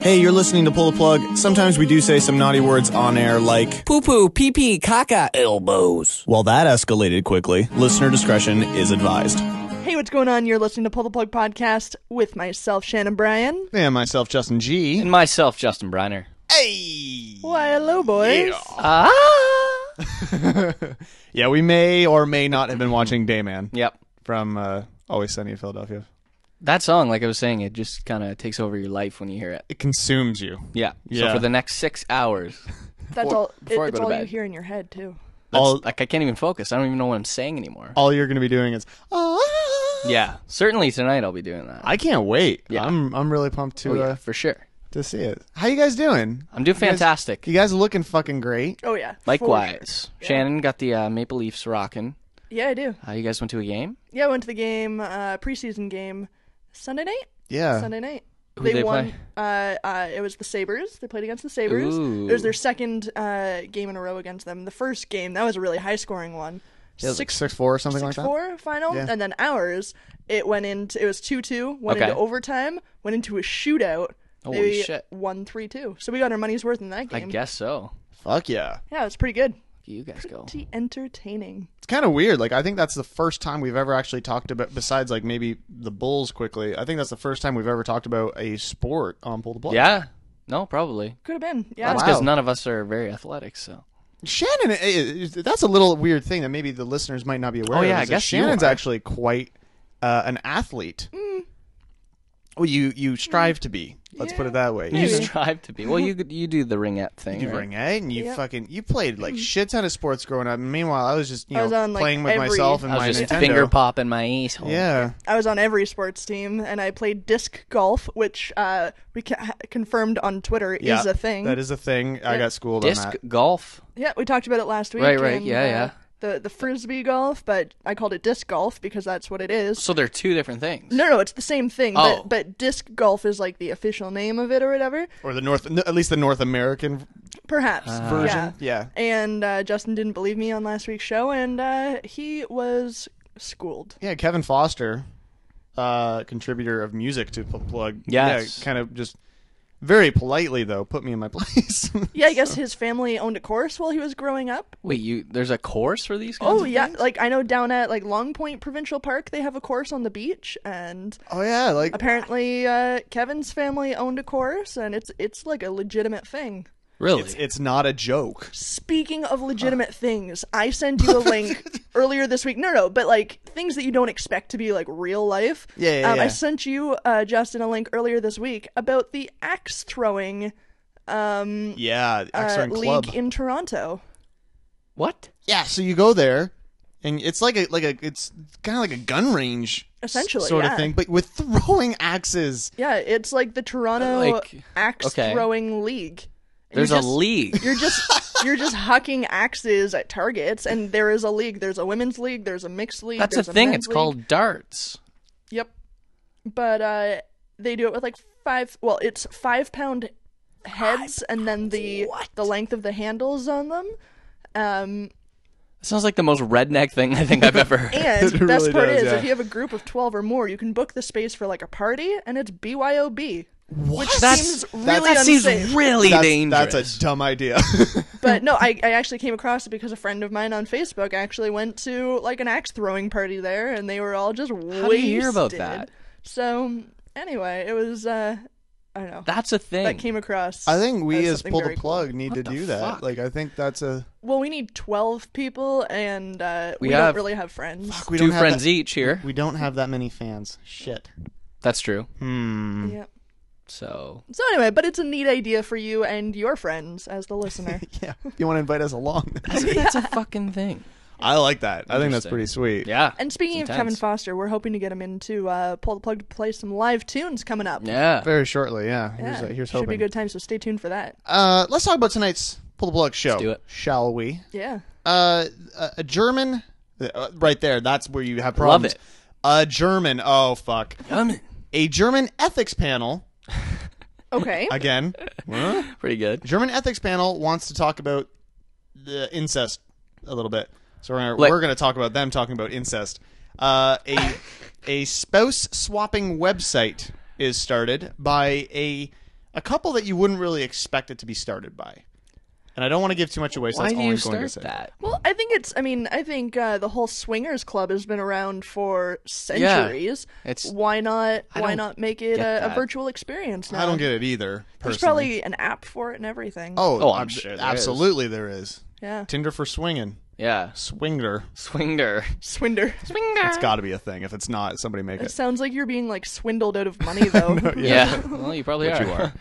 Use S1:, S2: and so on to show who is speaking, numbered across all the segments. S1: Hey, you're listening to Pull the Plug. Sometimes we do say some naughty words on air like,
S2: Poo poo, pee pee, caca, elbows.
S1: well, that escalated quickly. Listener discretion is advised.
S3: Hey, what's going on? You're listening to Pull the Plug Podcast with myself, Shannon Bryan.
S1: And myself, Justin G.
S4: And myself, Justin Briner.
S3: Why, hello, boys.
S4: Ah.
S1: Yeah, we may or may not have been watching Dayman
S4: Yep.
S1: from uh, Always Sunny in Philadelphia.
S4: That song, like I was saying, it just kind of takes over your life when you hear it.
S1: It consumes you.
S4: Yeah.
S1: Yeah.
S4: So for the next six hours,
S3: That's all. it-
S4: before I go
S3: it's
S4: to
S3: all you
S4: bed.
S3: hear in your head, too.
S1: All,
S4: like I can't even focus. I don't even know what I'm saying anymore.
S1: all you're going to be doing is, "Ah."
S4: Yeah. Certainly tonight I'll be doing that.
S1: I can't wait.
S4: Yeah.
S1: I'm I'm really pumped to
S4: Oh, yeah,
S1: uh,
S4: for sure.
S1: to see it. How you guys doing?
S4: I'm doing fantastic.
S1: You guys looking fucking great.
S3: Oh, yeah. for sure.
S4: Likewise, Shannon got the uh, Maple Leafs rocking.
S3: Yeah, I do.
S4: Uh, you guys went to a game.
S3: Yeah, I went to the game, uh, preseason game, Sunday night?
S1: Yeah.
S3: Sunday night.
S4: Who'd they
S3: won. Uh, uh, it was the Sabers. They played against the Sabers. It was
S4: Ooh.
S3: their second uh, game in a row against them. The first game that was a really high scoring one.
S1: It was like six four or something like
S3: six
S1: that.
S3: four final,
S1: Yeah.
S3: and then ours. It went into it was two two. Went
S4: Okay.
S3: into overtime. Went into a shootout.
S4: Holy
S3: they
S4: shit.
S3: Won three two. So we got our money's worth in that
S4: I
S3: game.
S4: guess so.
S1: Fuck yeah.
S3: Yeah, it's pretty good.
S4: You guys go.
S3: Pretty entertaining.
S1: It's kind of weird. Like I think that's the first time we've ever actually talked about besides like maybe the Bulls quickly. I think that's the first time we've ever talked about a sport on pull the plug.
S4: Yeah. No, probably.
S3: Could have been. Yeah.
S4: That's
S1: Wow.
S4: because none of us are very athletic. So.
S1: Shannon, eh, eh, that's a little weird thing that maybe the listeners might not be aware
S4: Oh,
S1: of.
S4: yeah,
S1: is
S4: I
S1: that
S4: guess you
S1: Shannon's
S4: are.
S1: actually quite uh, an athlete.
S3: Mm.
S1: Well, you you strive to be. Let's put it that way.
S4: You
S1: You
S4: strive to be. Well, you you do the ringette thing.
S1: You
S4: right?
S1: bring it, and you
S3: Yep.
S1: fucking you played like shit ton of sports growing up. Meanwhile, I was just you
S3: Mm. I
S1: know
S3: was on, like,
S1: playing with
S3: every-
S1: myself and
S4: I
S1: my
S4: was just
S1: Nintendo.
S4: finger popping my asshole.
S1: yeah,
S3: I was on every sports team, and I played disc golf, which uh, we ca- confirmed on Twitter
S1: yeah,
S3: is a thing.
S1: That is a thing. I got schooled on
S4: Disc
S1: that.
S4: golf.
S3: Yeah, we talked about it last week.
S4: Right, right.
S3: and,
S4: Yeah,
S3: uh,
S4: yeah.
S3: The the frisbee golf, but I called it disc golf because that's what it is.
S4: So they're two different things.
S3: No, no, it's the same thing.
S4: Oh.
S3: But but disc golf is like the official name of it or whatever.
S1: Or the North, n- at least the North American
S3: Perhaps
S1: Uh-huh. version. Yeah.
S3: And uh, Justin didn't believe me on last week's show, and uh, he was schooled.
S1: Yeah, Kevin Foster, uh, contributor of music to Pl- Plug.
S4: Yes.
S1: Yeah, kind of just very politely though, put me in my place.
S3: Yeah, I guess his family owned a course while he was growing up.
S4: Wait, you there's a course for these guys?
S3: Oh yeah, like I know down at like Long Point Provincial Park, they have a course on the beach, and
S1: oh yeah, like
S3: apparently uh, Kevin's family owned a course, and it's it's like a legitimate thing.
S4: Really?
S1: it's it's not a joke.
S3: Speaking of legitimate things, I send you a link earlier this week. No, no, but like things that you don't expect to be like real life.
S1: Yeah, yeah,
S3: um,
S1: yeah.
S3: I sent you, uh, Justin, a link earlier this week about the axe throwing um,
S1: Yeah,
S3: uh,
S1: excellent club.
S3: league in Toronto.
S4: what?
S1: yeah, so you go there, and it's like a like a it's kind of like a gun range s-
S3: Essentially,
S1: sort
S3: yeah.
S1: of thing, but with throwing axes.
S3: Yeah, it's like the Toronto
S4: Uh, Like,
S3: axe
S4: okay.
S3: throwing league. You're
S4: There's a
S3: just-
S4: league.
S3: You're just you're just hucking axes at targets, and there is a league. There's a women's league. There's a mixed league.
S4: That's a
S3: there's
S4: thing.
S3: men's
S4: It's
S3: league.
S4: called darts.
S3: Yep. But uh they do it with like five well, it's five pound heads and then the the length of the handles on them. Um
S4: That sounds like the most redneck thing I think I've ever heard.
S3: and
S1: It
S3: best
S1: really
S3: part
S1: does,
S3: is
S1: yeah.
S3: if you have a group of twelve or more, you can book the space for like a party and it's BYOB. Which seems really
S4: that seems
S3: unsafe.
S4: really
S1: That's,
S4: dangerous.
S1: that's a dumb idea.
S3: But no, I, I actually came across it because a friend of mine on Facebook actually went to like an axe throwing party there, and they were all just wasted.
S4: do you hear about that?
S3: So anyway, it was uh, I don't know
S4: That's a thing.
S3: that came across.
S1: I think we as
S3: something
S1: pull the
S3: very cool.
S1: plug need to
S4: the
S1: do that.
S4: fuck?
S1: Like I think that's a
S3: Well, we need twelve people, and uh, we,
S4: We
S3: don't
S4: have-
S3: really have friends.
S1: we
S4: Two friends each here.
S1: We don't have that many fans. Shit.
S4: That's true.
S1: Hmm.
S3: Yeah.
S4: So
S3: So anyway, but it's a neat idea for you and your friends as the listener.
S1: Yeah. You want to invite us along?
S4: that's a fucking thing.
S1: I like that. I think that's
S4: Interesting.
S1: pretty sweet.
S4: Yeah.
S3: and speaking of
S4: It's
S3: Kevin
S4: intense.
S3: Foster, we're hoping to get him in to uh, pull the plug to play some live tunes coming up.
S4: Yeah.
S1: Very shortly, yeah. Here's,
S3: Yeah,
S1: uh, here's
S3: should
S1: hoping.
S3: be a good time. So stay tuned for that.
S1: Uh, let's talk about tonight's pull the plug show.
S4: do it.
S1: shall we?
S3: Yeah.
S1: Uh, a- a German, uh, right there. That's where you have problems.
S4: it.
S1: A German. Oh fuck.
S4: Yummy.
S1: A German ethics panel
S3: Okay.
S1: again. Huh?
S4: Pretty good.
S1: German ethics panel wants to talk about the incest a little bit. So we're gonna,
S4: Like-
S1: we're going to talk about them talking about incest. Uh, a a spouse swapping website is started by a a couple that you wouldn't really expect it to be started by. And I don't want to give too much away, so
S4: Why
S1: that's
S4: do
S1: all
S4: you
S1: I'm going to
S4: start
S1: say.
S4: that?
S3: Well, I think it's. I mean, I think uh, the whole swingers club has been around for centuries.
S4: It's-
S3: why not?
S4: I
S3: Why
S4: don't
S3: not make it
S4: get
S3: a, a
S4: that.
S3: virtual experience now?
S1: I don't get it either. Personally.
S3: There's probably an app for it and everything.
S1: Oh,
S4: Oh, I'm
S1: ab-
S4: sure there
S1: absolutely there is.
S3: yeah,
S1: Tinder for swinging,
S4: Yeah.
S1: swingder.
S4: Swingder.
S3: Swinder.
S4: Swinger.
S1: It's got to be a thing. If it's not, somebody make
S3: It
S1: it.
S3: sounds like you're being like swindled out of money though.
S4: Yeah. well, you probably are.
S1: You are.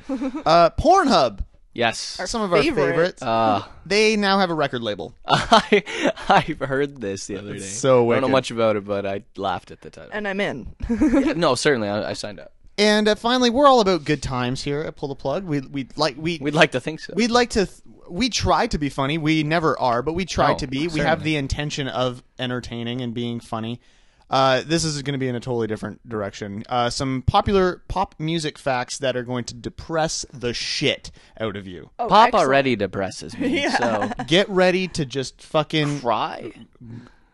S1: uh, Pornhub,
S4: Yes.
S1: some of our
S3: favorite.
S1: favorites.
S4: Uh,
S1: they now have a record label. Uh,
S4: I I heard this the other day.
S1: so
S4: I don't
S1: wicked.
S4: know much about it, but I laughed at the title.
S3: and I'm in.
S4: no, certainly I, I signed up.
S1: And uh, finally, we're all about good times here at Pull the Plug. We we like we
S4: We'd like to think so.
S1: we'd like to th- we try to be funny. We never are, but we try
S4: No,
S1: to be. We
S4: certainly.
S1: have the intention of entertaining and being funny. Uh, this is going to be in a totally different direction. Uh, some popular pop music facts that are going to depress the shit out of you.
S3: Oh,
S4: Pop
S3: excellent.
S4: already depresses me. So
S1: Get ready to just fucking
S4: cry.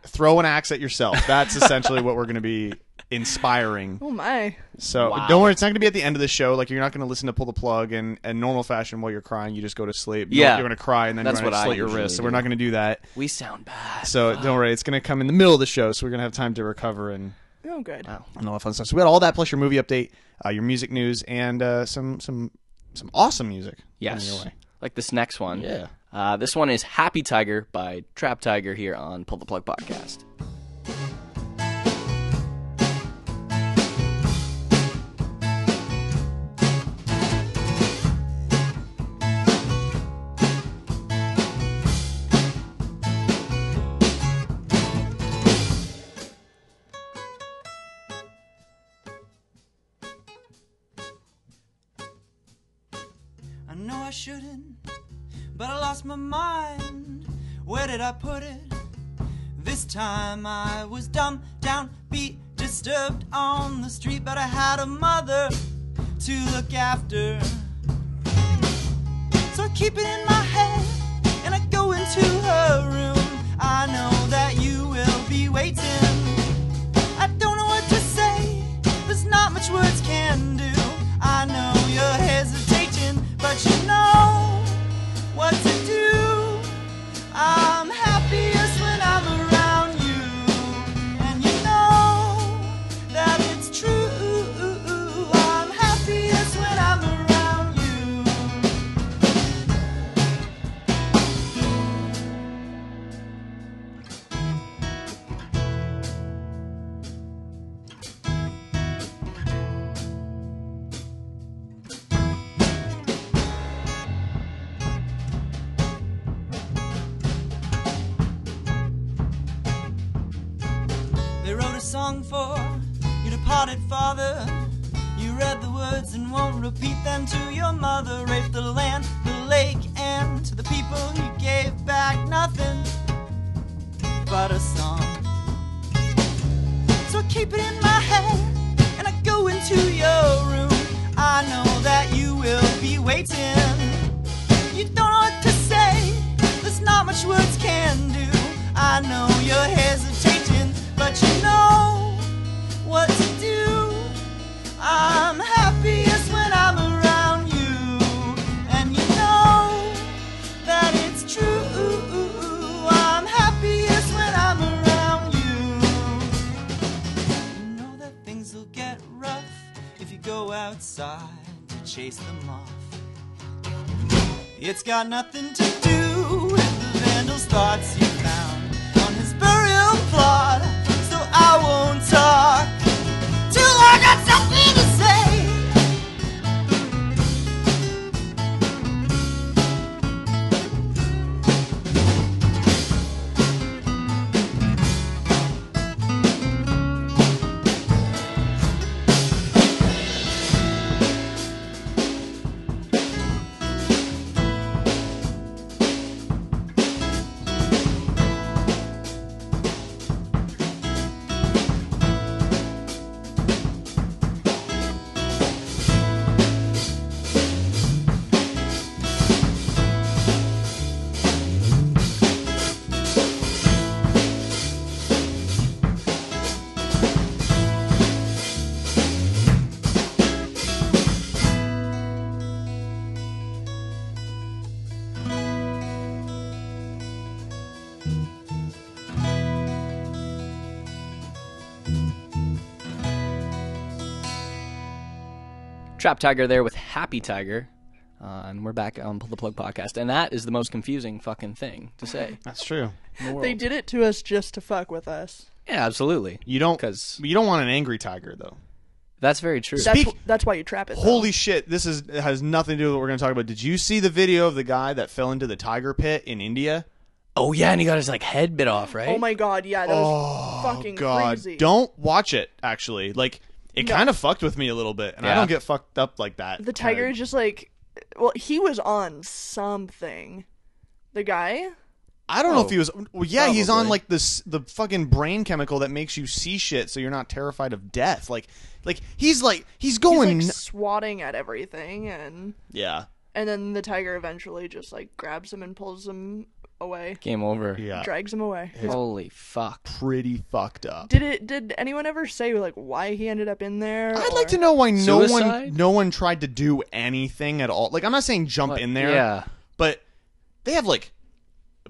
S1: throw an axe at yourself. That's essentially what we're going to be inspiring.
S3: Oh my.
S1: So don't worry, it's not going to be at the end of the show. Like you're not going to listen to pull the plug and in normal fashion while you're crying. You just go to sleep. You're-
S4: Yeah.
S1: you're going to cry and then
S4: That's
S1: you're going
S4: what
S1: to
S4: I
S1: slit your
S4: usually
S1: wrist. So
S4: do.
S1: we're not going to do that.
S4: We sound bad.
S1: So don't worry, it's going to come in the middle of the show, so we're going to have time to recover and,
S3: Oh good.
S1: and all that fun stuff. So we got all that plus your movie update, uh, your music news, and uh, some some some awesome music. coming your
S4: Yes.
S1: way.
S4: Like this next one.
S1: Yeah.
S4: Uh, this one is Happy Tiger by Trap Tiger here on Pull the Plug Podcast.
S5: I know I shouldn't, but I lost my mind. Where did I put it? This time I was dumb, down, beat, disturbed on the street, but I had a mother to look after. So I keep it in my head and I go into her room. I know that you will be waiting. I don't know what to say. There's not much words can do. I know you're hesitating, but you know what to do. I'm happiest when I'm around you, and you know that it's true. I'm happiest when I'm around you. They wrote a song for your departed father. You read the words and won't repeat them to your mother. Rape the land, the lake, and to the people you gave back nothing but a song. So I keep it in my head and I go into your room. I know that you will be waiting. You don't know what to say. There's not much words can do. I know you're hesitating, but you know what to do. I'm happiest when I'm around you, and you know that it's true. I'm happiest when I'm around you. You know that things will get rough if you go outside to chase them off. It's got nothing to do with the vandal's thoughts you found on his burial plot. So I won't talk till I got something to say.
S4: Trap Tiger there with Happy Tiger. Uh, and we're back on Pull the Plug podcast. And that is the most confusing fucking thing to say.
S1: That's true.
S3: They did it to us just to fuck with us.
S4: yeah, absolutely.
S1: You don't
S4: 'Cause-
S1: you don't want an angry tiger though.
S4: That's very true.
S3: That's
S1: Speak-
S3: wh- that's why you trap it. though.
S1: Holy shit! This is has nothing to do with what we're going to talk about. Did you see the video of the guy that fell into the tiger pit in India?
S4: Oh, yeah. And he got his like head bit off, right?
S3: Oh my god, yeah, that was fucking
S1: Oh, God,
S3: crazy.
S1: don't watch it. Actually, like it kind of fucked with me a little bit, and I
S4: Yeah.
S1: don't get fucked up like that.
S3: The tiger
S1: Like,
S3: just like, well, he was on something. The guy.
S1: I don't know if he was. Well, yeah, he's on
S4: Oh. probably.
S1: like this the fucking brain chemical that makes you see shit, so you're not terrified of death. Like, like he's like he's
S3: He's
S1: going.
S3: like swatting at everything, and
S1: yeah,
S3: and then the tiger eventually just like grabs him and pulls him away,
S4: Game over.
S1: yeah,
S3: drags him away.
S4: Holy fuck.
S1: pretty fucked up.
S3: Did it? Did anyone ever say like why he ended up in there?
S1: I'd like
S3: or-
S1: to know why no one
S4: Suicide?
S1: no one tried to do anything at all. Like I'm not saying jump in there,
S4: Yeah.
S1: but they have like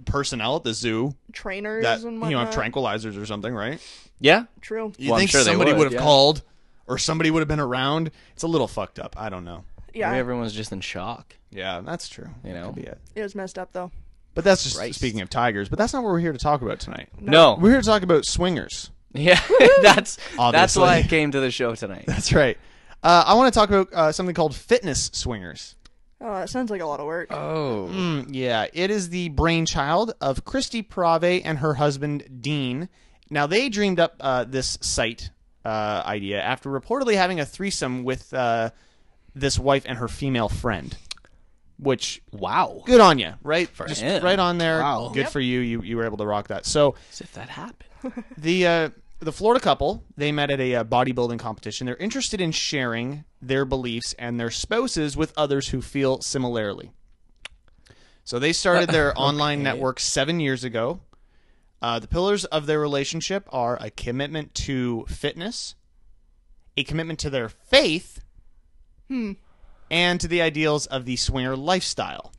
S1: personnel at the zoo
S3: trainers
S1: that you
S3: and
S1: know
S3: whatnot.
S1: have tranquilizers or something, right?
S4: Yeah.
S3: True.
S1: You
S4: Well, I'm
S1: think
S4: sure they
S1: somebody
S4: would,
S1: have
S4: yeah.
S1: called or somebody would have been around? It's a little fucked up. I don't know.
S3: Yeah,
S4: Maybe everyone's just in shock.
S1: Yeah, that's true.
S4: You
S1: That
S4: know?
S1: could be it.
S3: it was messed up though.
S1: But that's just
S4: Christ.
S1: speaking of tigers. But that's not what we're here to talk about tonight.
S4: No.
S1: We're here to talk about swingers.
S4: Yeah. that's that's
S1: Obviously.
S4: why I came to the show tonight.
S1: That's right. Uh, I want to talk about uh, something called fitness swingers.
S3: Oh, that sounds like a lot of work.
S4: Oh.
S1: Mm, yeah, it is the brainchild of Christy Prave and her husband Dean. Now they dreamed up uh, this site uh, idea after reportedly having a threesome with uh, this wife and her female friend. Which
S4: Wow.
S1: good on you, right? Just
S4: him.
S1: right on there.
S4: Wow.
S1: Good for you. You you were able to rock that. So
S4: As if that happened.
S1: the uh, the Florida couple they met at a uh, bodybuilding competition. They're interested in sharing their beliefs and their spouses with others who feel similarly. So they started their online network seven years ago. Uh, the pillars of their relationship are a commitment to fitness, a commitment to their faith, and to the ideals of the swinger lifestyle.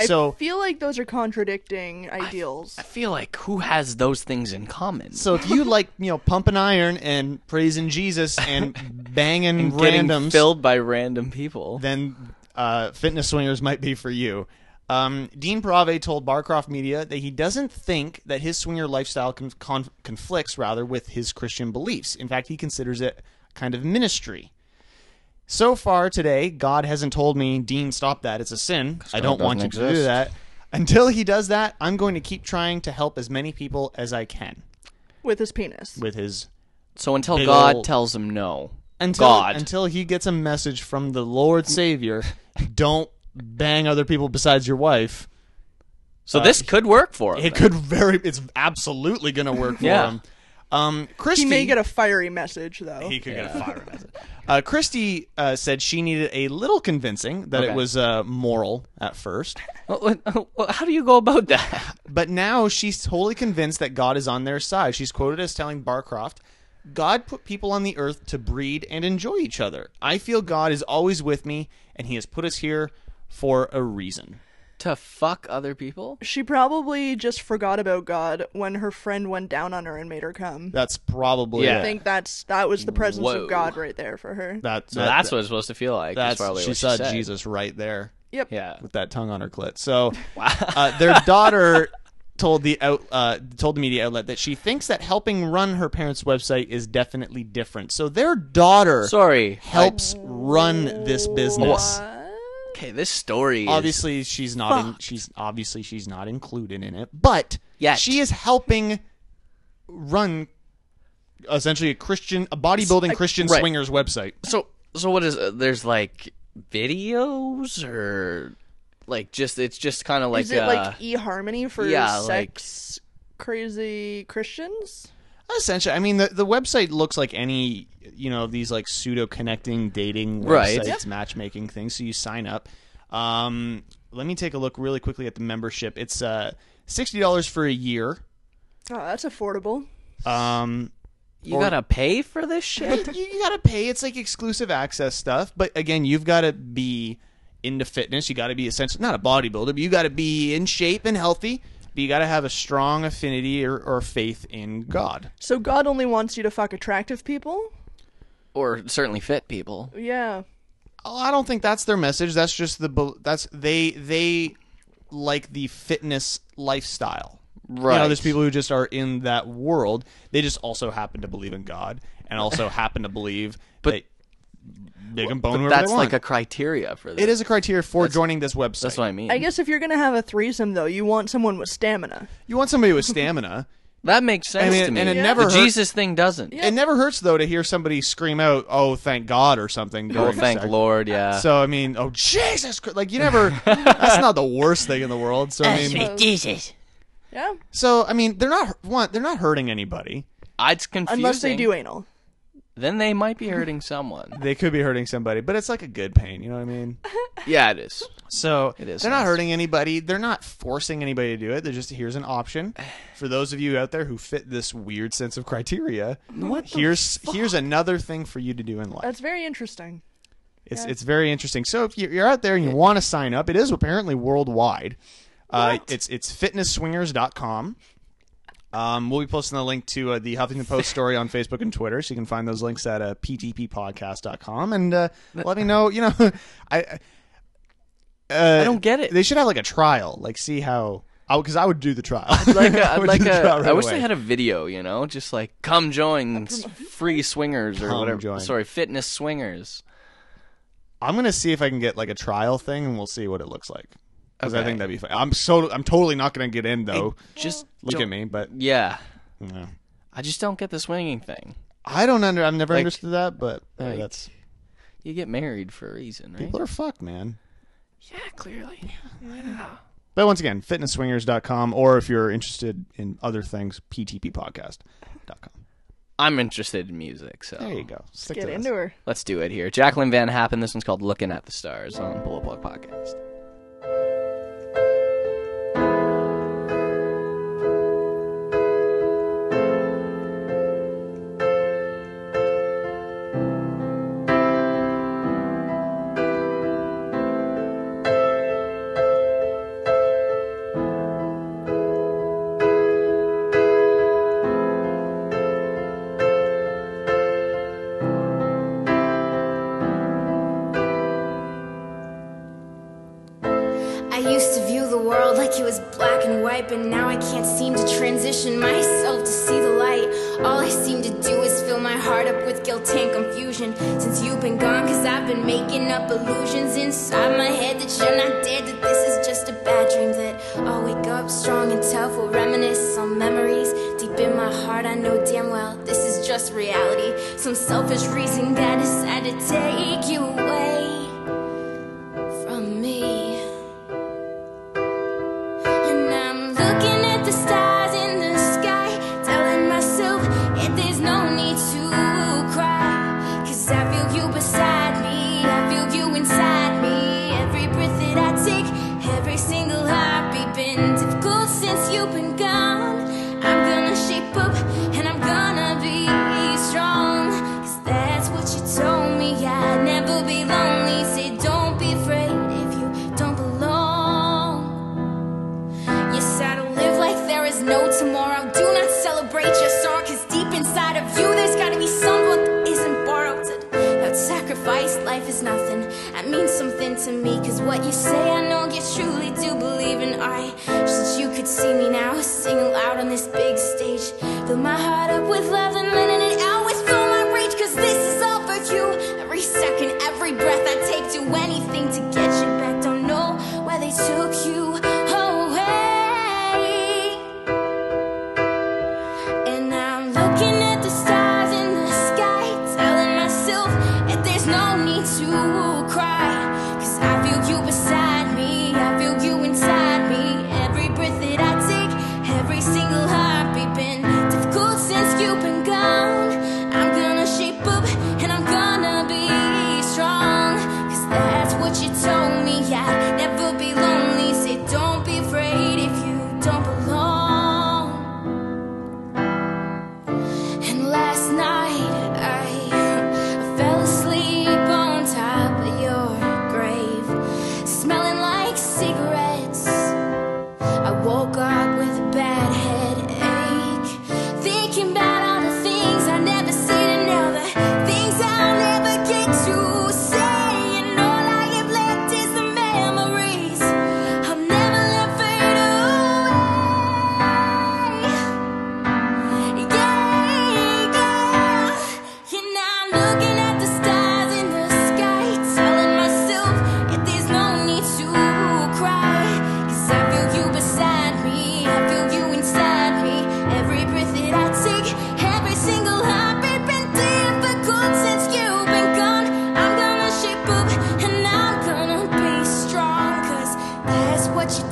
S3: I
S1: so
S3: feel like those are contradicting ideals.
S4: I feel like who has those things in common?
S1: So if you like, you know, pumping iron and praising Jesus and banging
S4: and getting
S1: randoms,
S4: filled by random people.
S1: then uh, fitness swingers might be for you. Um, Dean Prave told Barcroft Media that he doesn't think that his swinger lifestyle con- con- conflicts rather with his Christian beliefs. In fact, he considers it kind of ministry. So far today, God hasn't told me, Dean, stop that. It's a sin. I don't
S4: God
S1: want you
S4: doesn't
S1: to do
S4: exist."
S1: that. Until he does that, I'm going to keep trying to help as many people as I can
S3: with his penis.
S1: with his
S4: So until
S1: Big
S4: God
S1: ol'
S4: tells him no.
S1: until
S4: God.
S1: until he gets a message from the Lord Savior, don't bang other people besides your wife.
S4: so this could work for him.
S1: Uh, It could very it's absolutely going to work for
S4: Yeah.
S1: him. Um Christy
S3: He may get a fiery message though.
S1: he could get a fire message. Uh, Christy uh, said she needed a little convincing that it
S4: Okay.
S1: was uh, moral at first,
S4: Well, well, well, How do you go about that?
S1: but now she's totally convinced that God is on their side. She's quoted as telling Barcroft, God put people on the earth to breed and enjoy each other. I feel God is always with me, and He has put us here for a reason.
S4: to fuck other people?
S3: She probably just forgot about God when her friend went down on her and made her come.
S1: That's probably
S4: Yeah.
S1: it.
S3: I think that's that was the presence
S4: Whoa.
S3: of God right there for her.
S1: that,
S4: So
S1: that-
S4: that's what it's supposed to feel like.
S1: that's
S4: That's probably
S1: she
S4: what
S1: saw
S4: she said.
S1: Jesus right there
S3: Yep.
S4: Yeah.
S1: with that tongue on her clit. So uh, their daughter told the out uh, told the media outlet that she thinks that helping run her parents' website is definitely different. So their daughter
S4: Sorry.
S1: helps run this business.
S4: Okay, this story. is-
S1: Obviously, she's not. In, she's obviously she's not included in it, but
S4: Yet.
S1: she is helping run essentially a Christian, a bodybuilding Christian
S4: right.
S1: swingers website.
S4: so so what is uh, there's like videos or like just it's just kind of like
S3: Is it
S4: uh,
S3: like eHarmony for
S4: yeah, like-
S3: sex crazy Christians?
S1: Essentially, I mean the the website looks like any you know of these like pseudo connecting dating websites,
S4: Right.
S1: matchmaking things. So you sign up. Um, let me take a look really quickly at the membership. It's uh sixty dollars for a year.
S3: Oh, that's affordable.
S1: Um,
S4: you gotta pay for this shit.
S1: you, you gotta pay. It's like exclusive access stuff, but again, you've got to be into fitness. You got to be essentially not a bodybuilder, but you got to be in shape and healthy. But you got to have a strong affinity or, or faith in God.
S3: So God only wants you to fuck attractive people?
S4: or certainly fit people.
S3: Yeah.
S1: Oh, I don't think that's their message. That's just the bel- that's they they like the fitness lifestyle. You
S4: Right.
S1: know, there's people who just are in that world. They just also happen to believe in God and also happen to believe
S4: But-
S1: that they can bone whoever
S4: That's
S1: they want.
S4: like a criteria for this.
S1: it is a criteria for joining this website.
S4: That's what I mean.
S3: I guess if you're gonna have a threesome though, you want someone with stamina.
S1: You want somebody with stamina.
S4: that makes sense
S1: I mean,
S4: to me.
S1: and it
S4: The
S1: never hurt-
S4: Jesus thing doesn't.
S1: It never hurts though to hear somebody scream out, "Oh, thank God" or something.
S4: Oh,
S1: during
S4: thank
S1: sex.
S4: Lord. Yeah.
S1: So I mean, oh Jesus, Christ. like you never. that's not the worst thing in the world. So I mean,
S3: Jesus. Yeah,
S1: so I mean, they're not one. They're not hurting anybody.
S4: I- it's confusing.
S3: unless they do anal.
S4: then they might be hurting someone.
S1: They could be hurting somebody, but it's like a good pain. You know what I mean?
S4: yeah, it is.
S1: So
S4: It is
S1: They're not
S4: nice.
S1: hurting anybody. They're not forcing anybody to do it. They're just here's an option for those of you out there who fit this weird sense of criteria. What? Here's here's another thing for you to do in life.
S3: That's very interesting.
S1: It's it's very interesting. So if you- you're out there and you want to sign up, it is apparently worldwide. Uh, it's it's fitnessswingers.com. Um, we'll be posting the link to uh, the Huffington Post story on Facebook and Twitter, so you can find those links at uh, pgppodcast.com. And uh, let me know. You know, I I- uh,
S4: I don't get it.
S1: They should have like a trial, like see how. Because I would do the trial.
S4: like a,
S1: I would
S4: like
S1: do the
S4: a,
S1: trial right
S4: I wish they
S1: away.
S4: had a video, you know, just like come join s- free swingers or
S1: Come
S4: whatever.
S1: join.
S4: Sorry, fitness swingers.
S1: I'm gonna see if I can get like a trial thing, and we'll see what it looks like. Because I
S4: Okay.
S1: think that'd be fun. I'm so I'm totally not gonna get in though.
S4: Just
S1: Look
S4: jo-
S1: at me, but
S4: Yeah,
S1: no.
S4: I just don't get the swinging thing.
S1: I don't under. I've never
S4: Like-
S1: understood that, but uh,
S4: like-
S1: that's
S4: You get married for a reason, right?
S1: people are fucked, man.
S4: yeah, clearly.
S1: But once again, fitnessswingers.com, or if you're interested in other things, ptppodcast.com.
S4: I'm interested in music, so
S1: There you go. Stick
S3: Get
S1: to
S3: into her.
S4: let's do it here. Jacqueline Van Happen. This one's called "Looking at the Stars" on Pull Up Plug Podcast.
S6: I used to view the world like it was black and white, but now I can't seem to transition myself to see the light. All I seem to do is fill my heart up with guilt and confusion. Since you've been gone, cause I've been making up illusions inside my head that you're not dead, that this is just a bad dream. That I'll wake up strong and tough, we'll reminisce on memories. Deep in my heart, I know damn well this is just reality. Some selfish reason that decided to take you away from me. And I'm looking at the stars in the sky, telling myself that there's no need to cry. Cause I feel you beside me, I feel you inside me. Every breath that I take, every single heartbeat been difficult since you've been gone. I'm gonna shape up and I'm gonna be strong. Cause that's what you told me, I'd never be lonely. Say, don't be afraid if you don't belong. Yes, I don't live like there is no tomorrow. Do not celebrate your sorrow, cause deep inside of you, there's gotta be someone that isn't borrowed. That sacrifice, life is nothing. That means something to me, cause what you say, I know you truly do believe in. I since you could see me now, sing aloud on this big stage. Fill my heart up with love and letting it always fill my reach, cause this is all for you. Every second, every breath I take, do anything to get you back. Don't know where they took you away. And I'm looking at the stars in the sky, telling myself that there's no need to cry. Cause I feel you beside me, I feel you inside me. Every breath that I take, every single heartbeat been difficult since you've been gone. I'm gonna shape up and I'm gonna be strong. Cause that's what you told me, I'd never be lonely. Say, don't be afraid if you don't belong. And last night I, I fell asleep on top of your grave, smelling like cigarettes. I woke up with a bad headache, thinking about all the things I never said and all the things I'll never get to say. And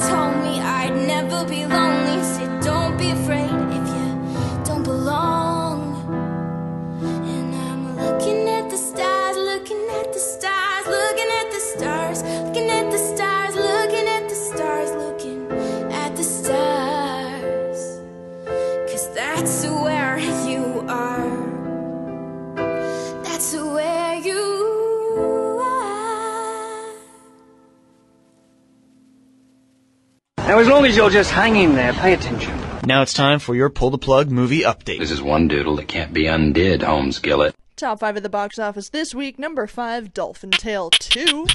S7: ever be lonely, so don't be afraid if you don't belong. And I'm looking at the stars, looking at the stars, looking at the stars, looking at the stars, looking at the stars, looking at the stars. Cause that's where you are. That's where you are.
S8: Now, as long as you're just hanging there, pay attention.
S9: Now it's time for your pull the plug movie update.
S10: This is one doodle that can't be undid, Holmes Gillett.
S3: Top five at the box office this week. Number five, Dolphin Tale 2.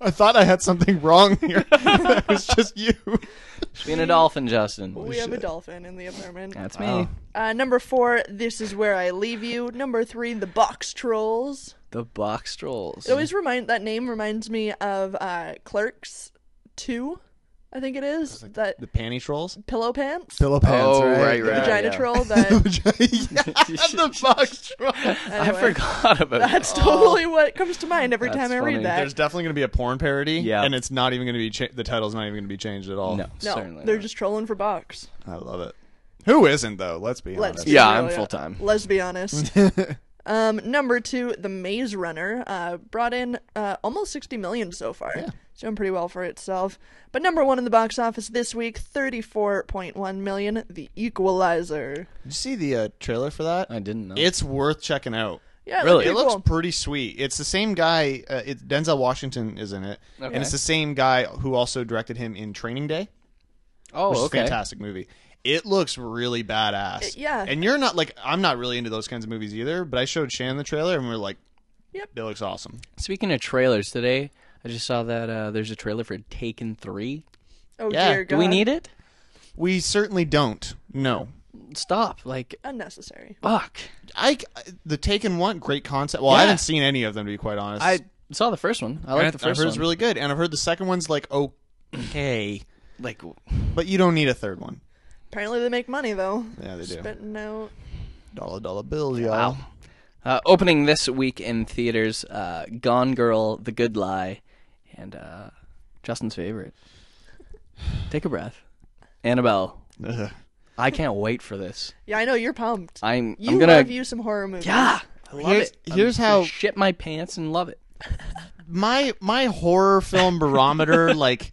S1: I thought I had something wrong here. it was just you.
S4: Being a dolphin, Justin.
S3: We have a dolphin in the apartment.
S4: That's me.
S1: Oh.
S3: Uh, number four, This Is Where I Leave You. Number three, The Box Trolls.
S4: The box trolls.
S3: It always remind that name reminds me of uh, Clerks 2, I think it is. that
S1: The panty trolls?
S3: pillow pants,
S1: Pillow pants,
S4: Oh,
S1: right?
S4: right, right.
S3: vagina
S4: yeah.
S3: troll. That
S1: yeah, the box troll.
S4: I forgot about
S3: that's totally what comes to mind every
S4: That's
S3: time I
S4: funny.
S3: read that.
S1: There's definitely going to be a porn parody,
S4: Yeah.
S1: and it's not even going to be cha- the title's not even going to be changed at all.
S4: Oh, No,
S3: no,
S4: certainly.
S3: they're
S4: not.
S3: just trolling for box.
S1: I love it. Who isn't though? Let's be
S3: Let's
S1: honest.
S3: be
S4: Yeah, I'm
S3: really-
S4: full-time.
S3: Let's be honest. um, number two, The Maze Runner, uh, brought in uh, almost 60 million so far. It's doing pretty well for itself. But number one in the box office this week, 34.1 million, The Equalizer.
S1: Did you see the uh, trailer for that?
S4: I didn't know.
S1: It's worth checking out.
S3: Yeah, it
S4: Really?
S3: looked
S1: It
S3: pretty
S1: looks
S3: cool.
S1: pretty sweet. It's the same guy. Uh, it, Denzel Washington is in it, and it's the same guy who also directed him in Training Day,
S4: oh,
S1: which is a
S4: okay.
S1: fantastic movie. It looks really badass.
S3: It- yeah.
S1: and you're not like I'm not really into those kinds of movies either. But I showed Shannon the trailer, and we are like,
S3: Yep.
S1: it looks awesome."
S4: Speaking of trailers, today I just saw that uh, there's a trailer for Taken Three.
S3: Oh
S1: Yeah.
S3: dear God.
S4: Do we need it?
S1: We certainly don't. No,
S4: Stop! Like,
S3: Unnecessary.
S4: fuck.
S1: I the Taken one great concept. Well, I
S4: Yeah.
S1: haven't seen any of them to be quite honest.
S4: I saw the first one. I like the
S1: I've
S4: first
S1: heard
S4: one.
S1: it's really good, and I've heard the second one's like okay,
S4: like, w-
S1: but you don't need a third one.
S3: Apparently they make money though.
S1: Yeah, they do.
S3: Spitting out
S1: Dollar dollar bills, y'all.
S4: wow. Uh, opening this week in theaters, uh, Gone Girl, The Good Lie, and uh, Justin's favorite. Take a breath, Annabelle.
S1: Ugh.
S4: I can't wait for this.
S3: Yeah, I know you're pumped.
S4: I'm.
S3: you
S4: I'm gonna.
S3: love you some horror movies.
S4: Yeah. I love
S1: Here's-
S4: it. I'm
S1: here's
S4: just gonna
S1: how-
S4: shit my pants and love it.
S1: my my horror film barometer like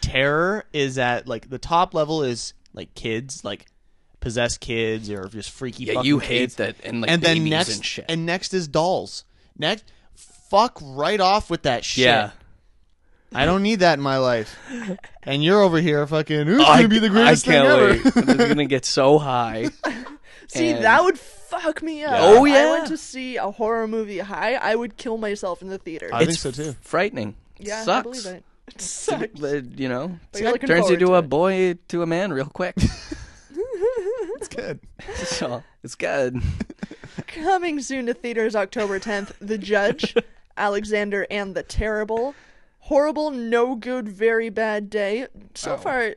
S1: terror is at like the top level is like kids like possessed kids or just freaky
S4: Yeah,
S1: fucking
S4: you hate
S1: kids.
S4: that and, like,
S1: and then
S4: babies
S1: next
S4: and shit.
S1: next is dolls next fuck right off with that shit
S4: Yeah.
S1: I don't need that in my life and you're over here fucking who's gonna be the greatest
S4: Oh, I can't
S1: thing ever
S4: wait. it's gonna get so high.
S3: See,
S4: And-
S3: that would fuck me up.
S4: Oh,
S3: If I
S4: yeah.
S3: went to see a horror movie high, I would kill myself in the theater.
S1: I think so too
S4: Frightening.
S3: yeah, I
S4: Uh, Sucks.
S3: believe it. It sucks.
S4: But, you know,
S3: But you're looking
S4: turns you
S3: forward
S4: to
S3: to
S4: a
S3: it.
S4: boy to a man real quick.
S1: it's good
S4: so it's good.
S3: Coming soon to theaters October 10th, The Judge, Alexander and the Terrible, Horrible, No Good, Very Bad Day. So far,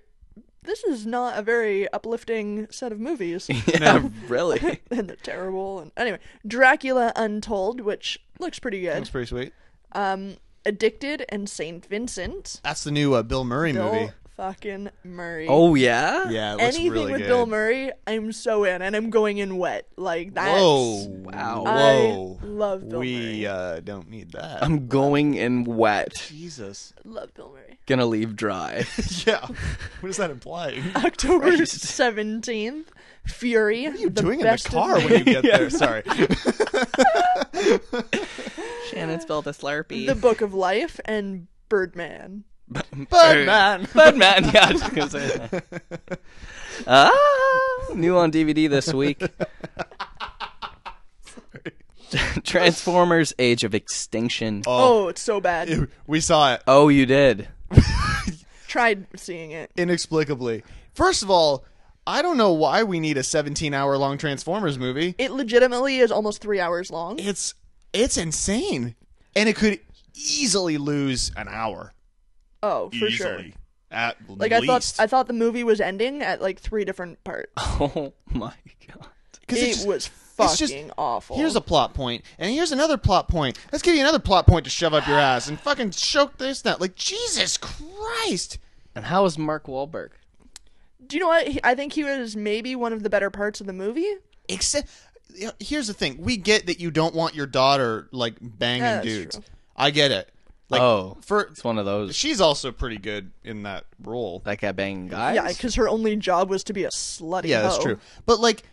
S3: this is not a very uplifting set of movies.
S4: Yeah, really.
S3: and the Terrible, and anyway, Dracula Untold, which looks pretty
S1: that's
S4: Oh.
S3: good.
S1: pretty sweet
S3: Addicted and Saint Vincent.
S1: that's the new uh, Bill Murray movie
S3: Bill fucking Murray.
S4: Oh yeah.
S1: yeah it looks
S3: anything
S1: really
S3: with
S1: good.
S3: Bill Murray, I'm so in, and I'm going in wet. Like that's
S1: Whoa!
S4: Wow.
S1: Whoa!
S3: I love Bill
S1: we
S3: Murray.
S1: uh, don't need that.
S4: I'm going in wet.
S1: Jesus.
S3: love Bill Murray.
S4: Gonna leave dry.
S1: Yeah. What does that imply? What
S3: October seventeenth, Fury. What are you
S1: doing in the car when you get there? Sorry.
S4: Shannon spelled a Slurpee.
S3: the Book of Life and Birdman.
S1: Birdman.
S4: Birdman. Yeah, I was just gonna say that. Ah, new on DVD this week. Transformers: Age of Extinction. Oh,
S3: Oh, it's so bad.
S1: We saw it
S4: you did.
S3: Tried seeing it.
S1: inexplicably. First of all, I don't know why we need a 17-hour-long Transformers movie.
S3: It legitimately is almost three hours long.
S1: It's it's insane, and it could easily lose an hour.
S3: oh, for sure.
S1: easily, at
S3: Like I thought, I thought the movie was ending at like three different parts.
S4: Oh my god.
S1: because
S3: it
S1: it's
S3: was fucking
S1: just-
S3: awful.
S1: Here's a plot point, and here's another plot point. Let's give you another plot point to shove up your ass and fucking choke this that. Like Jesus Christ!
S4: And how is Mark Wahlberg?
S3: Do you know what? He- I think he was maybe one of the better parts of the movie.
S1: Except, you know, here's the thing: we get that you don't want your daughter like banging
S3: Yeah, that's
S1: dudes.
S3: true.
S1: I get it. Like,
S4: oh,
S1: for
S4: it's one of those
S1: she's also pretty good in that role.
S4: that guy banging guys.
S3: Yeah, because her only job was to be a slutty.
S1: Yeah, that's
S3: hoe.
S1: true. But like,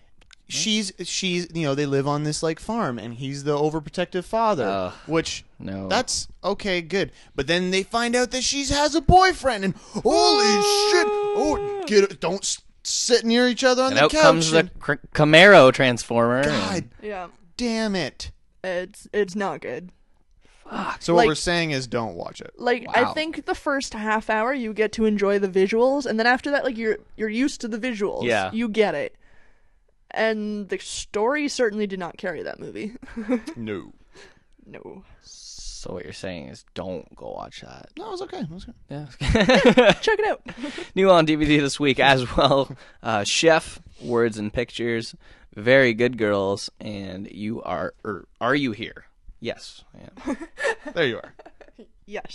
S1: she's she's you know they live on this like farm, and he's the overprotective father,
S4: Ugh.
S1: which
S4: No.
S1: that's okay, good. But then they find out that she has a boyfriend, and holy shit! Oh, get it! Don't s- sit near each other on
S4: and
S1: the
S4: out
S1: couch.
S4: comes the
S1: and-
S4: cr- Camaro transformer.
S1: God
S3: Yeah,
S1: damn it!
S3: it's it's not good.
S1: So what
S3: Like-
S1: we're saying is, don't watch it.
S3: Like I think the first half hour you get to enjoy the visuals, and then after that, like you're you're used to the visuals.
S4: Yeah.
S3: you get it. And the story certainly did not carry that movie.
S1: No,
S3: no,
S4: So what you're saying is don't go watch that.
S1: no, it's okay. It was okay.
S3: check it out.
S4: New on DVD this week as well. Uh, Chef, Words and Pictures, Very Good Girls, and You Are er, Are You Here? Yes, I am.
S1: There you are.
S3: yes,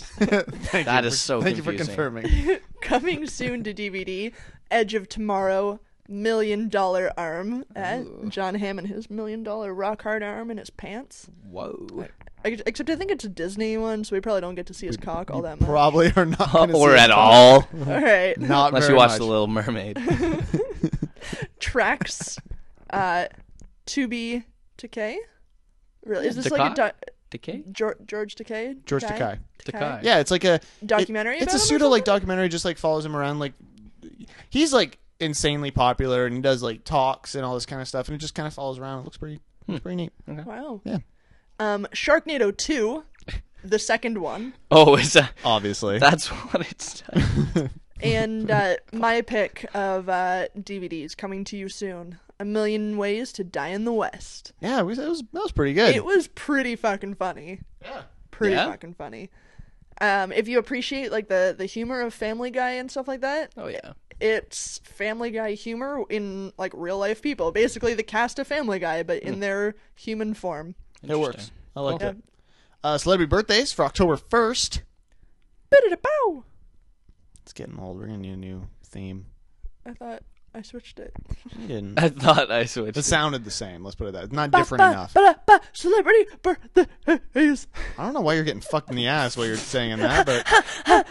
S1: Thank
S4: That
S1: you
S4: is
S1: for-
S4: so
S1: Thank you for
S4: confusing.
S1: confirming.
S3: coming soon to DVD, Edge of Tomorrow, Million Dollar Arm, at John Hammond his million dollar rock hard arm in his pants.
S4: Whoa.
S3: Ex- Except I think it's a Disney one, so we probably don't get to see his cock all that much.
S1: Probably are not. gonna
S4: or
S1: see
S4: at
S1: it.
S4: all,
S3: all right.
S1: Not
S4: unless
S1: very
S4: you watch
S1: much.
S4: The Little Mermaid.
S3: Tracks, uh, to be Takei. Really, is this like
S4: Takei?
S3: a
S4: Decay.
S3: do- Geor- George Takei?
S1: George
S3: Takei?
S4: Takei.
S1: Yeah, it's like a
S3: Documentary
S1: it- it's a
S3: about him or
S1: pseudo like documentary, just like follows him around. Like he's like insanely popular and he does like talks and all this kind of stuff, and it just kind of follows around. It looks pretty, looks pretty neat.
S3: Wow.
S1: Yeah.
S3: Um, Sharknado two, the second one,
S4: Oh, is that?
S1: Obviously,
S4: That's what it's.
S3: and uh, my pick of uh, DVDs coming to you soon: A Million Ways to Die in the West.
S1: yeah, it was, it was that was pretty good.
S3: It was pretty fucking funny. Yeah. Pretty
S4: Hmm. Yeah?
S3: fucking funny. Um, if you appreciate like the the humor of Family Guy and stuff like that,
S4: Oh yeah.
S3: it's Family Guy humor in like real life people. Basically, the cast of Family Guy, but
S4: Hmm.
S3: in their human form.
S1: It works. I liked it. Uh, celebrity birthdays for October first.
S3: Bidadabow!
S1: It's getting old. We're gonna need a new theme.
S3: I thought I switched it.
S1: You didn't.
S4: I thought I switched.
S1: It
S4: it.
S1: sounded the same. Let's put it that. It's not different
S3: Ba-
S1: enough.
S3: ba- ba- celebrity birthdays.
S1: I don't know why you're getting fucked in the ass while you're saying that, but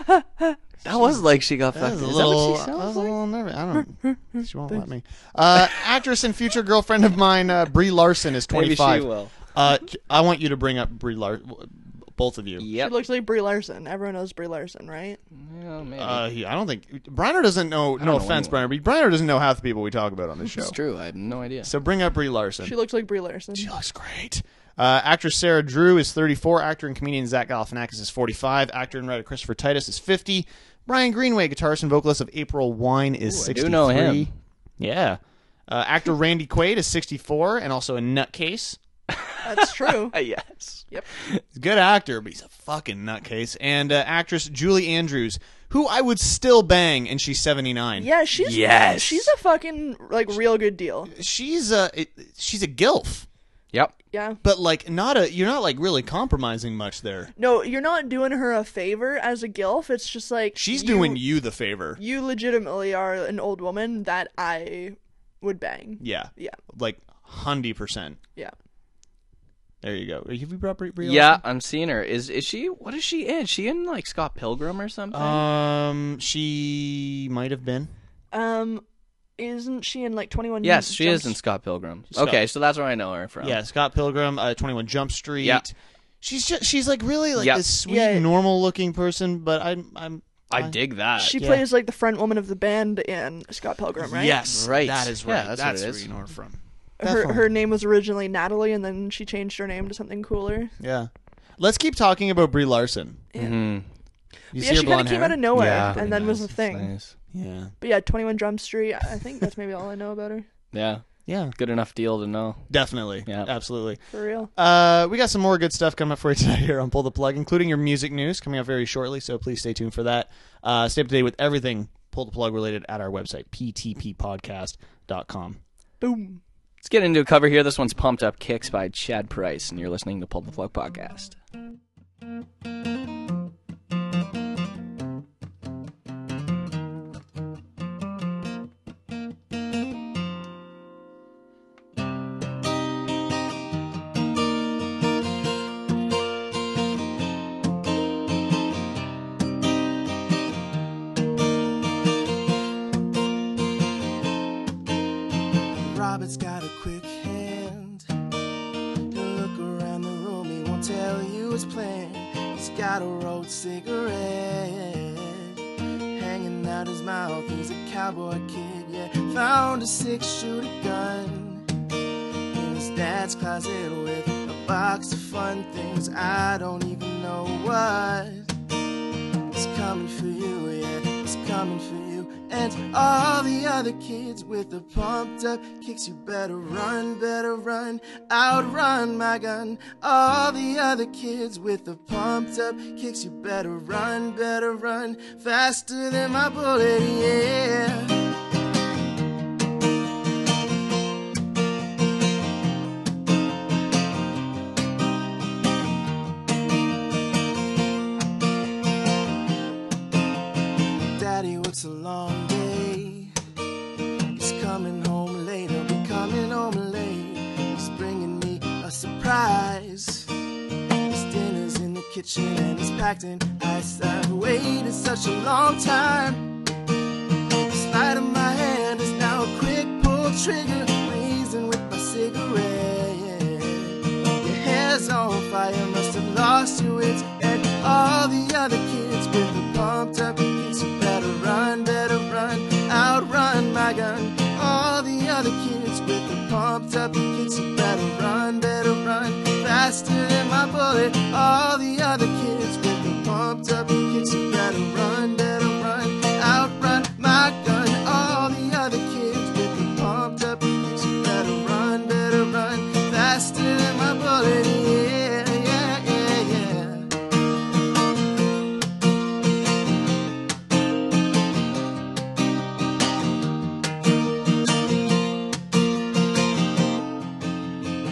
S4: That was like she got
S1: That was
S4: fucked.
S1: a
S4: Is that what
S1: little, I was a little nervous. I don't. She won't let me. Uh, actress and future girlfriend of mine, uh, Brie Larson, is
S4: Maybe she
S1: 25.
S4: will.
S1: Uh, I want you to bring up Brie Larson, both of you.
S3: It
S4: Yep.
S3: looks like Brie Larson. Everyone knows Brie Larson, right?
S4: Yeah, maybe.
S1: Uh, he- I don't think Briner doesn't know. No
S4: know
S1: offense, Briner, but Briner doesn't know half the people we talk about on this show.
S4: it's true. I have no idea.
S1: So bring up Brie Larson.
S3: She looks like Brie Larson.
S1: She looks great. Uh, actress Sarah Drew is 34. Actor and comedian Zach Galifianakis is 45. Actor and writer Christopher Titus is 50. Brian Greenway, guitarist and vocalist of April Wine, is
S4: I
S1: 63.
S4: do know him.
S1: Yeah. Uh, actor Randy Quaid is 64 and also a nutcase.
S3: That's true.
S4: Uh, yes.
S1: He's a good actor, but he's a fucking nutcase. And uh, actress Julie Andrews, who I would still bang, and she's 79.
S3: Yeah, she's
S4: Yes.
S3: she's a fucking like real good deal.
S1: She's a it- she's a gilf,
S4: Yep.
S3: Yeah.
S1: but like not a you're not like really compromising much there.
S3: No, you're not doing her a favor as a gilf. It's just like
S1: She's
S3: you-
S1: doing you the favor.
S3: You legitimately are an old woman that I would bang.
S1: Yeah.
S3: Yeah.
S1: Like hundred percent.
S3: Yeah.
S1: There you go. Have you brought Brie, Brie
S4: Yeah, I'm seeing her. Is is she? What is she in? Is she in like Scott Pilgrim or something?
S1: Larson? Um, she might have been.
S3: Um, isn't she in like 21?
S4: yes, she
S3: Jump
S4: is in Scott Pilgrim.
S1: Scott-
S4: Okay, so that's where I know her from.
S1: Yeah, Scott Pilgrim, uh, Twenty One Jump Street.
S4: Yeah.
S1: She's just she's like really like
S4: Yeah.
S1: this sweet,
S3: Yeah.
S1: normal looking person, but I'm I'm
S4: I dig that.
S3: She
S1: Yeah.
S3: plays like the front woman of the band in Scott Pilgrim, right?
S1: yes,
S4: Right.
S1: That is
S4: Yeah,
S1: right.
S4: that's what
S1: that's
S4: it
S1: where
S4: is.
S1: you know her from.
S3: Her her name was originally Natalie, and then she changed her name to something cooler.
S1: Yeah. Let's keep talking about Brie Larson. You
S4: Mhm.
S3: yeah,
S1: see her
S3: she kind
S1: blonde
S3: of came
S1: hair?
S3: out of nowhere,
S4: Yeah.
S3: and then was a
S4: That's
S3: thing.
S4: nice.
S1: Yeah.
S3: But yeah, 21 Jump Street. I I think that's maybe all I know about her
S4: Yeah,
S1: Yeah.
S4: good enough deal to know.
S1: Definitely.
S4: Yeah.
S1: Absolutely.
S3: for real.
S1: Uh, we got some more good stuff coming up for you tonight here on Pull the Plug, including your music news coming up very shortly. So please stay tuned for that. Uh, stay up to date with everything Pull the Plug related at our website, ptppodcast.com.
S3: Boom.
S4: Let's get into a cover here. This one's "Pumped Up Kicks" by Chad Price, and you're listening to Pull the Plug podcast.
S11: Robert's got a quick hand. He'll look around the room, he won't tell you his plan. He's got a rolled cigarette hanging out his mouth. He's a cowboy kid, yeah. Found a six shooter gun in his dad's closet with a box of fun things. I don't even know what. It's coming for you, yeah, it's coming for you. And all the other kids with the pumped up kicks, you better run, better run, outrun my gun. All the other kids with the pumped up kicks, you better run, better run, faster than my bullet, yeah. Daddy works a long day. He's coming home late. He'll be coming home late. He's bringing me a surprise. His dinner's in the kitchen and it's packed in ice. I've waited such a long time. The slide of my hand is now a quick pull trigger. Blazing with my cigarette. Your hair's on fire, must have lost your wits. And all the other kids with the pumped up kicks, you better run, better run, outrun my gun. All the other kids with the pumped up kicks, you better run, better run, faster than my bullet. All the other kids with the pumped up kicks, you better run, better run, outrun my gun. All the other kids with the pumped up kicks, you better run, better run, faster than my bullet. Yeah, yeah, yeah, yeah.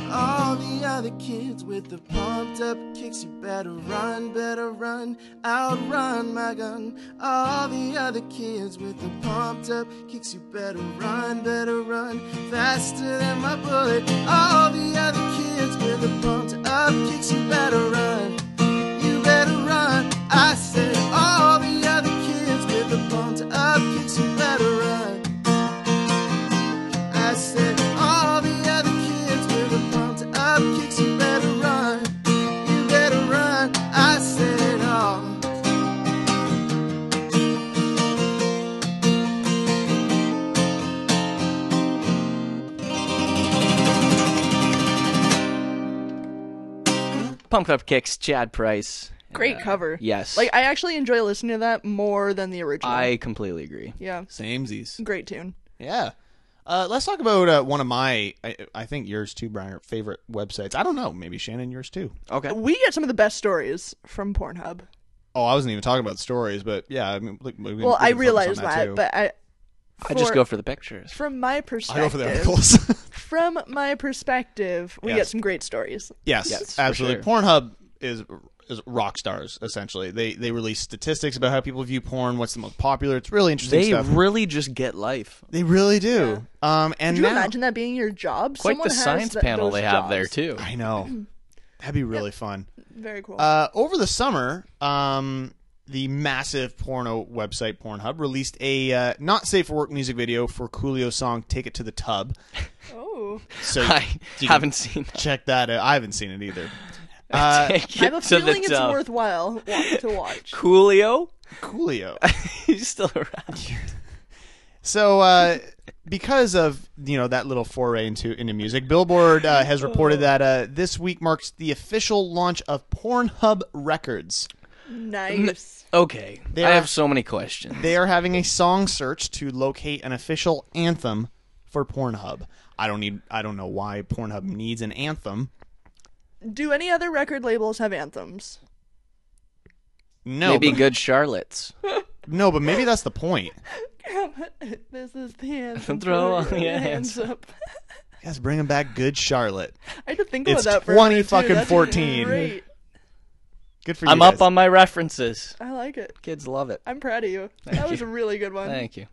S11: All the other kids with the pumped up kicks, you better run, better run, outrun my gun. All the other kids with the pumped up kicks, you better run, better run, faster than my bullet. All the other kids with the pumped up kicks, you better run, you better run. I said, all the other kids with the pumped up kicks, you better run. I said, all the other kids with the pumped up kicks, you better run. You better run. I said, oh.
S4: Pumped Up Kicks, Chad Price.
S3: Great cover.
S4: yes.
S3: Like I actually enjoy listening to that more than the original.
S4: I completely agree.
S3: yeah.
S1: Samesies.
S3: Great tune.
S1: Yeah. Uh, let's talk about uh, one of my, I, I think yours too, Brian, or favorite websites. I don't know. Maybe Shannon, yours too.
S4: Okay.
S3: We get some of the best stories from Pornhub.
S1: Oh, I wasn't even talking about stories, but yeah. I mean, look, we can- we
S3: Well,
S1: can
S3: I
S1: focus on
S3: realize
S1: that,
S3: that,
S1: too.
S3: but I
S4: I just
S3: for-
S4: go for the pictures.
S3: from my perspective
S1: I go for the articles.
S3: from my perspective, we
S1: Yes.
S3: get some great stories.
S1: Yes,
S4: Yes, for
S1: absolutely.
S4: sure.
S1: Pornhub is is rock stars essentially. They they release statistics about how people view porn, what's the most popular. It's really interesting
S4: They
S1: stuff.
S4: really just get life.
S1: they really do. Um, and
S3: Could you
S1: now-
S3: imagine that being your job?
S4: Quite
S3: Someone
S4: the
S3: has
S4: science
S3: that-
S4: panel
S3: those
S4: they have there
S3: jobs.
S4: too.
S1: I know that'd be really fun.
S3: Very cool.
S1: Uh, over the summer, um, the massive porno website Pornhub released a uh, not safe for work music video for Coolio's song "Take It to the Tub."
S3: oh,
S1: So
S4: I
S1: you can
S4: haven't seen that.
S1: check that out. I haven't seen it either.
S4: Take
S3: I have a
S4: it to the
S3: feeling it's
S4: top.
S3: worthwhile wa- to watch.
S4: Coolio.
S1: Coolio.
S4: He's still around.
S1: So, uh, because of you know that little foray into into music, Billboard uh, has reported that uh, this week marks the official launch of Pornhub Records.
S3: Nice.
S4: Okay.
S1: They
S4: I
S1: are-
S4: have so many questions.
S1: They are having a song search to locate an official anthem for Pornhub. I don't need. I don't know why Pornhub needs an anthem.
S3: Do any other record labels have anthems?
S1: No,
S4: Maybe
S1: but,
S4: good Charlotte's.
S1: no, but maybe that's the point.
S3: this is the anthem.
S4: Throw
S3: put
S4: all
S3: your
S4: your
S3: hands
S4: hands
S3: up.
S1: Yes, bringing back Good Charlotte.
S3: I had to think
S1: It's
S3: about that. for a
S1: 20
S3: minute, too.
S1: fucking
S3: That's
S1: 14.
S3: Great.
S1: Good for you.
S4: I'm
S1: guys.
S4: up on my references.
S3: I like it.
S4: Kids love it.
S3: I'm proud of you. that was a really good one.
S4: Thank you.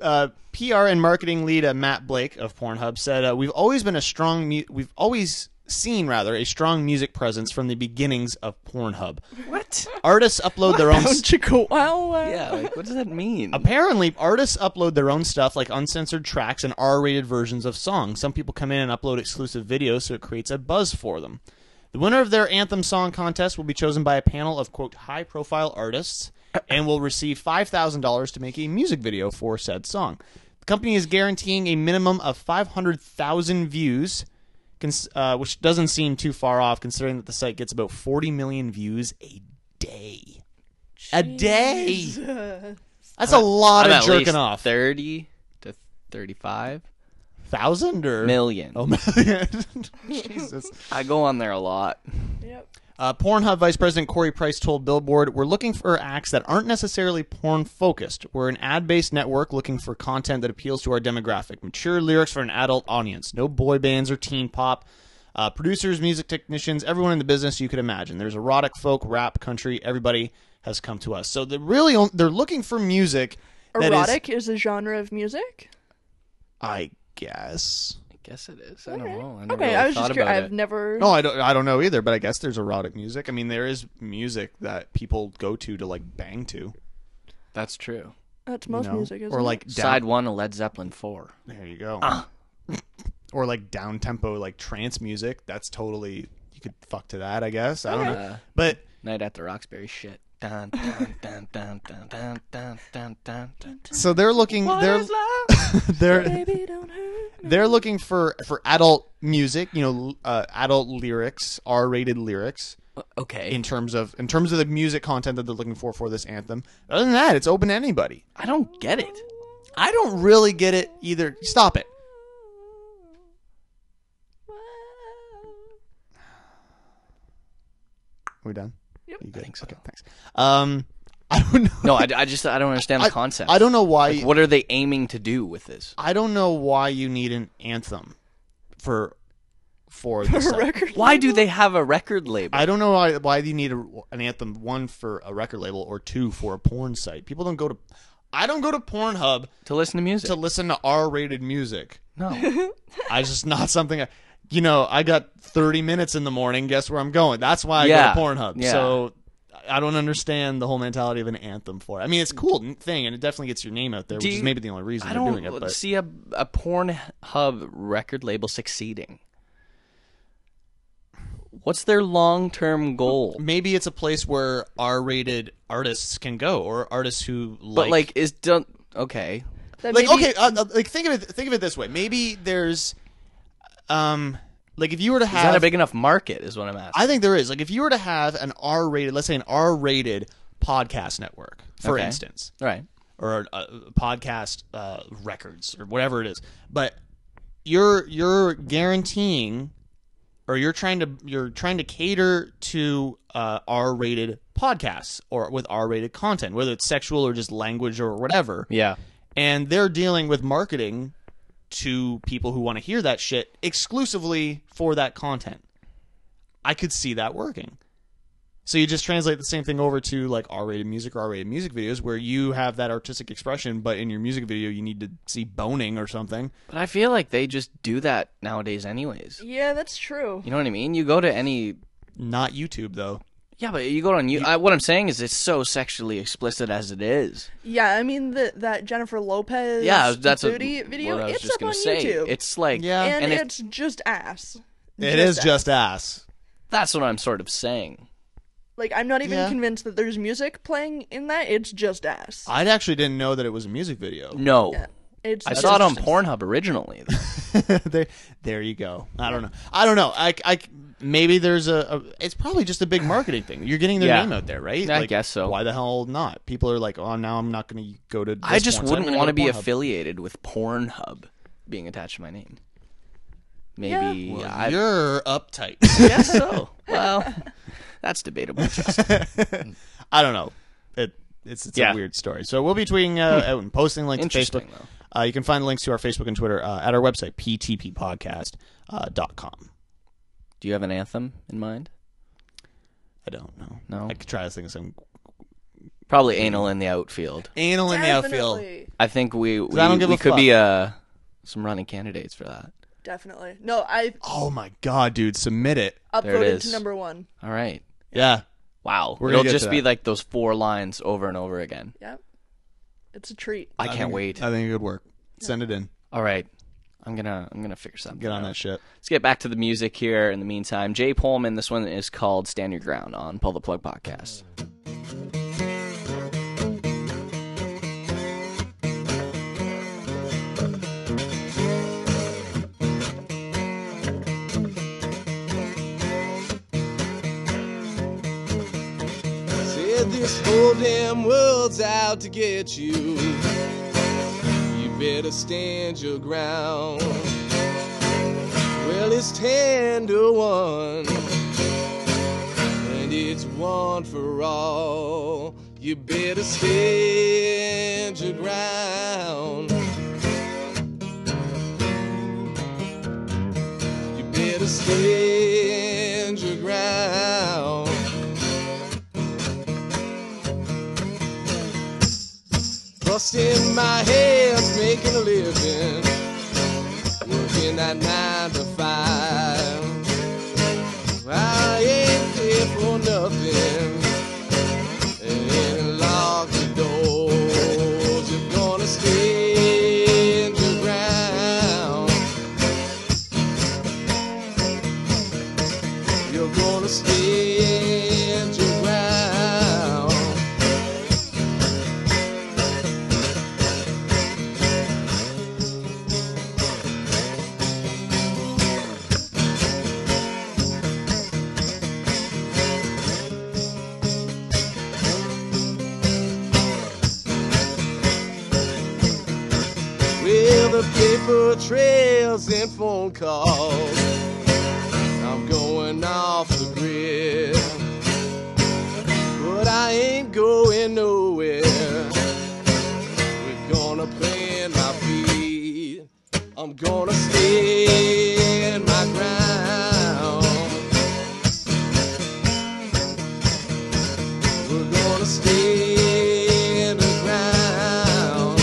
S1: uh, PR and marketing lead uh, Matt Blake of Pornhub said, uh, "We've always been a strong mu- we've always seen rather a strong music presence from the beginnings of Pornhub.
S4: What?
S1: Artists upload their own. s-
S3: Don't you go wow, wow.
S4: Yeah, like what does that mean?
S1: Apparently, artists upload their own stuff like uncensored tracks and R rated versions of songs. Some people come in and upload exclusive videos, so it creates a buzz for them. The winner of their anthem song contest will be chosen by a panel of, quote, high profile artists and will receive $5,000 to make a music video for said song. The company is guaranteeing a minimum of 500,000 views, cons- uh, which doesn't seem too far off considering that the site gets about 40 million views a day. A day! That's a lot of
S4: I'm at
S1: jerking
S4: least
S1: off.
S4: Thirty to thirty-five
S1: Thousand or
S4: million.
S1: Oh, million. Jesus.
S4: I go on there a lot.
S3: Yep.
S1: Uh, Pornhub Vice President Corey Price told Billboard, "We're looking for acts that aren't necessarily porn focused. We're an ad-based network looking for content that appeals to our demographic. Mature lyrics for an adult audience. No boy bands or teen pop." Uh, producers, music technicians, everyone in the business you could imagine. There's erotic, folk, rap, country. Everybody has come to us. So they're really on- they're looking for music. that is-
S3: Erotic is... a genre of music.
S1: I guess.
S4: I guess it is. I don't know. I never
S3: Okay,
S4: really
S3: I was
S4: thought
S3: just
S4: about
S3: curious.
S4: it.
S3: I've never.
S1: No, I don't. I don't know either. But I guess there's erotic music. I mean, there is music that people go to to like bang to, you
S4: That's true.
S3: That's most
S1: know?
S3: music, isn't
S1: or
S3: it?
S1: like down,
S4: Side one of Led Zeppelin four.
S1: There you go. or like down tempo, like trance music. That's totally you could fuck to that. I guess. I don't know. But
S4: Night at the Roxbury shit. Dun, dun, dun, dun, dun, dun, dun, dun, dun, dun.
S1: so they're looking. They're they're
S3: Baby, don't hurt.
S1: they're looking for for adult music. You know, uh, adult lyrics, R rated lyrics.
S4: Okay.
S1: In terms of in terms of the music content that they're looking for for this anthem. Other than that, it's open to anybody.
S4: I don't get it.
S1: I don't really get it either. Stop it. We're done. Yep. You good?
S4: think so.
S1: Okay, thanks. Um, I don't know.
S4: No, I, I just I don't understand the
S1: I-
S4: concept.
S1: I don't know why.
S4: Like, what are they aiming to do with this?
S1: I don't know why you need an anthem for for this.
S3: Record.
S4: Why do they have a record label?
S1: I don't know why why you need a, an anthem one for a record label or two for a porn site. People don't go to. I don't go to Pornhub
S4: to listen to music?
S1: to listen to R-rated music.
S4: no.
S1: I it's just not something. I, you know, I got 30 minutes in the morning. Guess where I'm going? That's why I
S4: Yeah.
S1: go to Pornhub.
S4: Yeah.
S1: So I don't understand the whole mentality of an anthem for it. I mean, it's a cool n- thing, and it definitely gets your name out there,
S4: Do
S1: which is
S4: you-
S1: maybe the only reason
S4: I
S1: they're doing
S4: don't
S1: it. But
S4: see a a Pornhub record label succeeding. What's their long term goal?
S1: maybe it's a place where R-rated artists can go, or artists who like.
S4: but like, is done okay?
S3: That
S1: like
S3: maybe-
S1: okay, uh, uh, like think of it. Think of it this way. Maybe there's, um, like if you were to
S4: Is that a
S1: have
S4: big enough market? Is what I'm asking.
S1: I think there is. Like, if you were to have an R rated, let's say an R rated podcast network, for
S4: Okay.
S1: instance,
S4: right.
S1: or uh, podcast uh, records or whatever it is, but you're you're guaranteeing, or you're trying to you're trying to cater to uh, R rated podcasts or with R rated content, whether it's sexual or just language or whatever
S4: Yeah.
S1: and they're dealing with marketing to people who want to hear that shit exclusively for that content. I could see that working. So you just translate the same thing over to like R-rated music or R-rated music videos where you have that artistic expression, but in your music video you need to see boning or something.
S4: But I feel like they just do that nowadays, anyways.
S3: Yeah, that's true.
S4: You know what I mean? You go to any.
S1: Not YouTube though.
S4: Yeah, but you go on. You, I, what I'm saying is, it's so sexually explicit as it is.
S3: Yeah, I mean the, that Jennifer Lopez
S4: Yeah, that's a
S3: booty video.
S4: What I was
S3: it's
S4: just
S3: up
S4: gonna
S3: on
S4: say.
S3: YouTube.
S4: It's like
S1: Yeah.
S3: and,
S4: and it-
S3: it's just ass.
S1: It is
S3: ass.
S1: just ass.
S4: that's what I'm sort of saying.
S3: like I'm not even
S1: Yeah.
S3: convinced that there's music playing in that. It's just ass.
S1: I actually didn't know that it was a music video.
S4: No,
S3: It's
S4: I
S3: just
S4: saw it on Pornhub originally.
S1: there, there you go. I don't know. I don't know. I, I maybe there's a, a. It's probably just a big marketing thing. You're getting their
S4: Yeah.
S1: name out there, right?
S4: I
S1: Like,
S4: guess so.
S1: Why the hell not? People are like, oh, now I'm not going to go to. This
S4: I just
S1: porn site. I'm
S4: wouldn't
S1: gonna
S4: want to
S1: go
S4: be
S1: Pornhub.
S4: affiliated with Pornhub being attached to my name. Maybe I
S1: You're uptight.
S4: guess so. Well, that's debatable. Justin.
S1: I don't know. It, it's it's
S4: Yeah.
S1: a weird story. So we'll be tweeting uh, out and posting links to
S4: Interesting,
S1: Facebook. Uh, you can find the links to our Facebook and Twitter uh, at our website ptppodcast.com. Uh, dot com.
S4: Do you have an anthem in mind?
S1: I don't know.
S4: No.
S1: I could try to think of some Hmm.
S4: Probably anal in the outfield.
S1: anal in the outfield.
S3: definitely.
S4: I think we we,
S1: I don't give
S4: we
S1: a
S4: could
S1: fuck.
S4: be uh, some running candidates for that.
S3: Definitely. No, I
S1: Oh my god, dude, submit it.
S4: There it
S3: upvoted to
S4: is.
S3: number one.
S4: All right.
S1: Yeah.
S4: Wow.
S1: We're gonna
S4: It'll
S1: get to
S4: just be
S1: that.
S4: like those four lines over and over again.
S3: Yep. It's a treat.
S4: I can't
S1: think-
S4: wait.
S1: I think it would work. Send it in.
S4: All right. I'm gonna I'm gonna figure something.
S1: Get on
S4: out.
S1: that shit.
S4: Let's get back to the music here. In the meantime, Jay Pullman. This one is called "Stand Your Ground" on Pull the Plug Podcast.
S12: Said this whole damn world's out to get you. You better stand your ground. Well, it's ten to one, and it's one for all. You better stand your ground. You better stand your ground. Busting my ass, making a living. Working that nine to five. I ain't here for nothing. And lock the doors. You're gonna stand your ground. You're gonna stand your ground. With the paper trails and phone calls. I'm going off the grid. But I ain't going nowhere. We're gonna plant my feet. I'm gonna stand my ground. We're gonna stand the ground.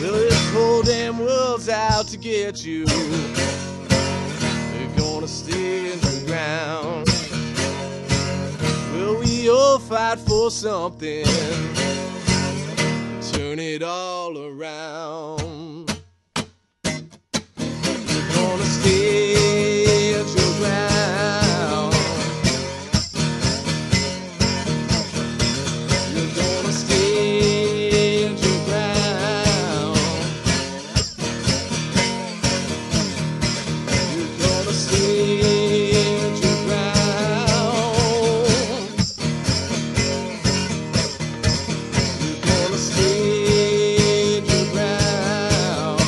S12: Well, this whole damn world's out to get you. They're gonna stand your ground. Well, we all fight for something. Turn it all around. You're gonna stand your ground. You're gonna stand your ground. You're gonna stand your ground. You're gonna stand your ground.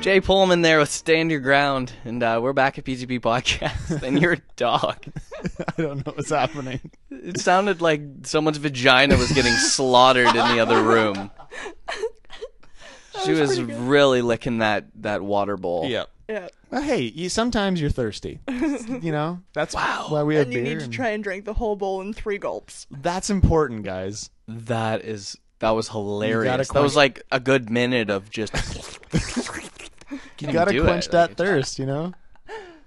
S4: Jay Pullman there with "Stand Your Ground," and uh, we're back at PGP Podcast. and you're a dog.
S1: I don't know what's happening.
S4: It sounded like someone's vagina was getting slaughtered in the other room. She was, really licking that that water bowl.
S3: Yeah.
S1: Well, hey, you, sometimes you're thirsty. you know that's why we have
S3: And you
S1: beer.
S3: need to
S1: and-
S3: try and drink the whole bowl in three gulps.
S1: That's important, guys.
S4: That is that was hilarious. That
S1: quench-
S4: was like a good minute of just
S1: You gotta quench that thirst. You know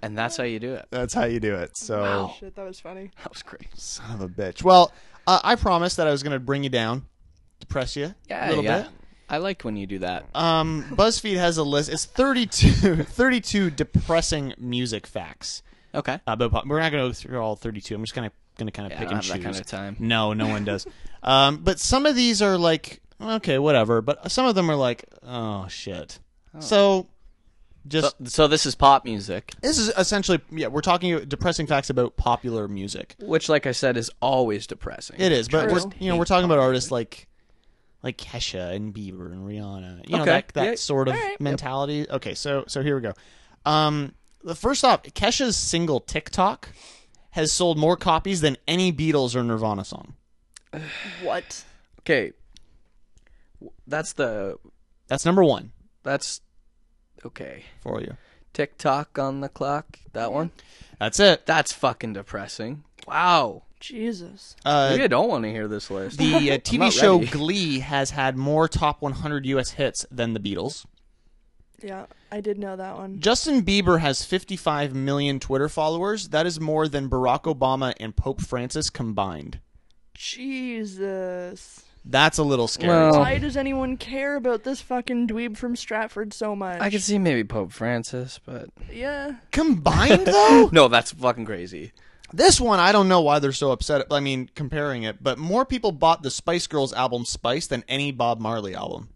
S4: and that's how you do it.
S1: that's how you do it. So
S4: Oh.
S3: Shit, that was funny.
S4: That was great.
S1: son of a bitch. Well, uh, I promised that I was gonna bring you down, depress you
S4: Yeah,
S1: a little
S4: yeah.
S1: bit.
S4: I like when you do that.
S1: Um, BuzzFeed has a list. It's 32, 32 depressing music facts.
S4: Okay.
S1: Uh, but we're not going to go through all 32. I'm just kind of going to kind of
S4: Yeah, I
S1: pick
S4: don't
S1: and
S4: have that
S1: choose.
S4: kind of time.
S1: No, no one does. um, but some of these are like okay, whatever. But some of them are like, oh shit. So Just
S4: Oh. Uh, so, so this is pop music,
S1: this is essentially yeah. We're talking depressing facts about popular music.
S4: which, like I said, is always depressing.
S1: It is, but
S3: True.
S1: we're, you know we're talking about artists like like Kesha and Bieber and Rihanna. You know
S4: Okay.
S1: that that
S4: Yeah.
S1: sort of
S3: All right.
S1: mentality. Okay, so so here we go. Um, the first off, Kesha's single TikTok has sold more copies than any Beatles or Nirvana song.
S3: What?
S4: Okay, W- that's the
S1: That's number one
S4: that's okay.
S1: for you.
S4: Tick tock on the clock. That one.
S1: That's it.
S4: That's fucking depressing. Wow.
S3: Jesus.
S1: Uh,
S4: Maybe I don't want to hear this list.
S1: the uh, TV
S4: not
S1: show
S4: ready.
S1: Glee has had more top 100 U.S. hits than the Beatles.
S3: Yeah, I did know that one.
S1: Justin Bieber has 55 million Twitter followers. That is more than Barack Obama and Pope Francis combined.
S3: Jesus.
S1: That's a little scary.
S4: Well- Oh.
S3: Why does anyone care about this fucking dweeb from Stratford so much?
S4: I could see maybe Pope Francis, but
S3: Yeah.
S1: combined though,
S4: no, that's fucking crazy.
S1: this one I don't know why they're so upset. I mean, comparing it, but more people bought the Spice Girls album Spice than any Bob Marley album.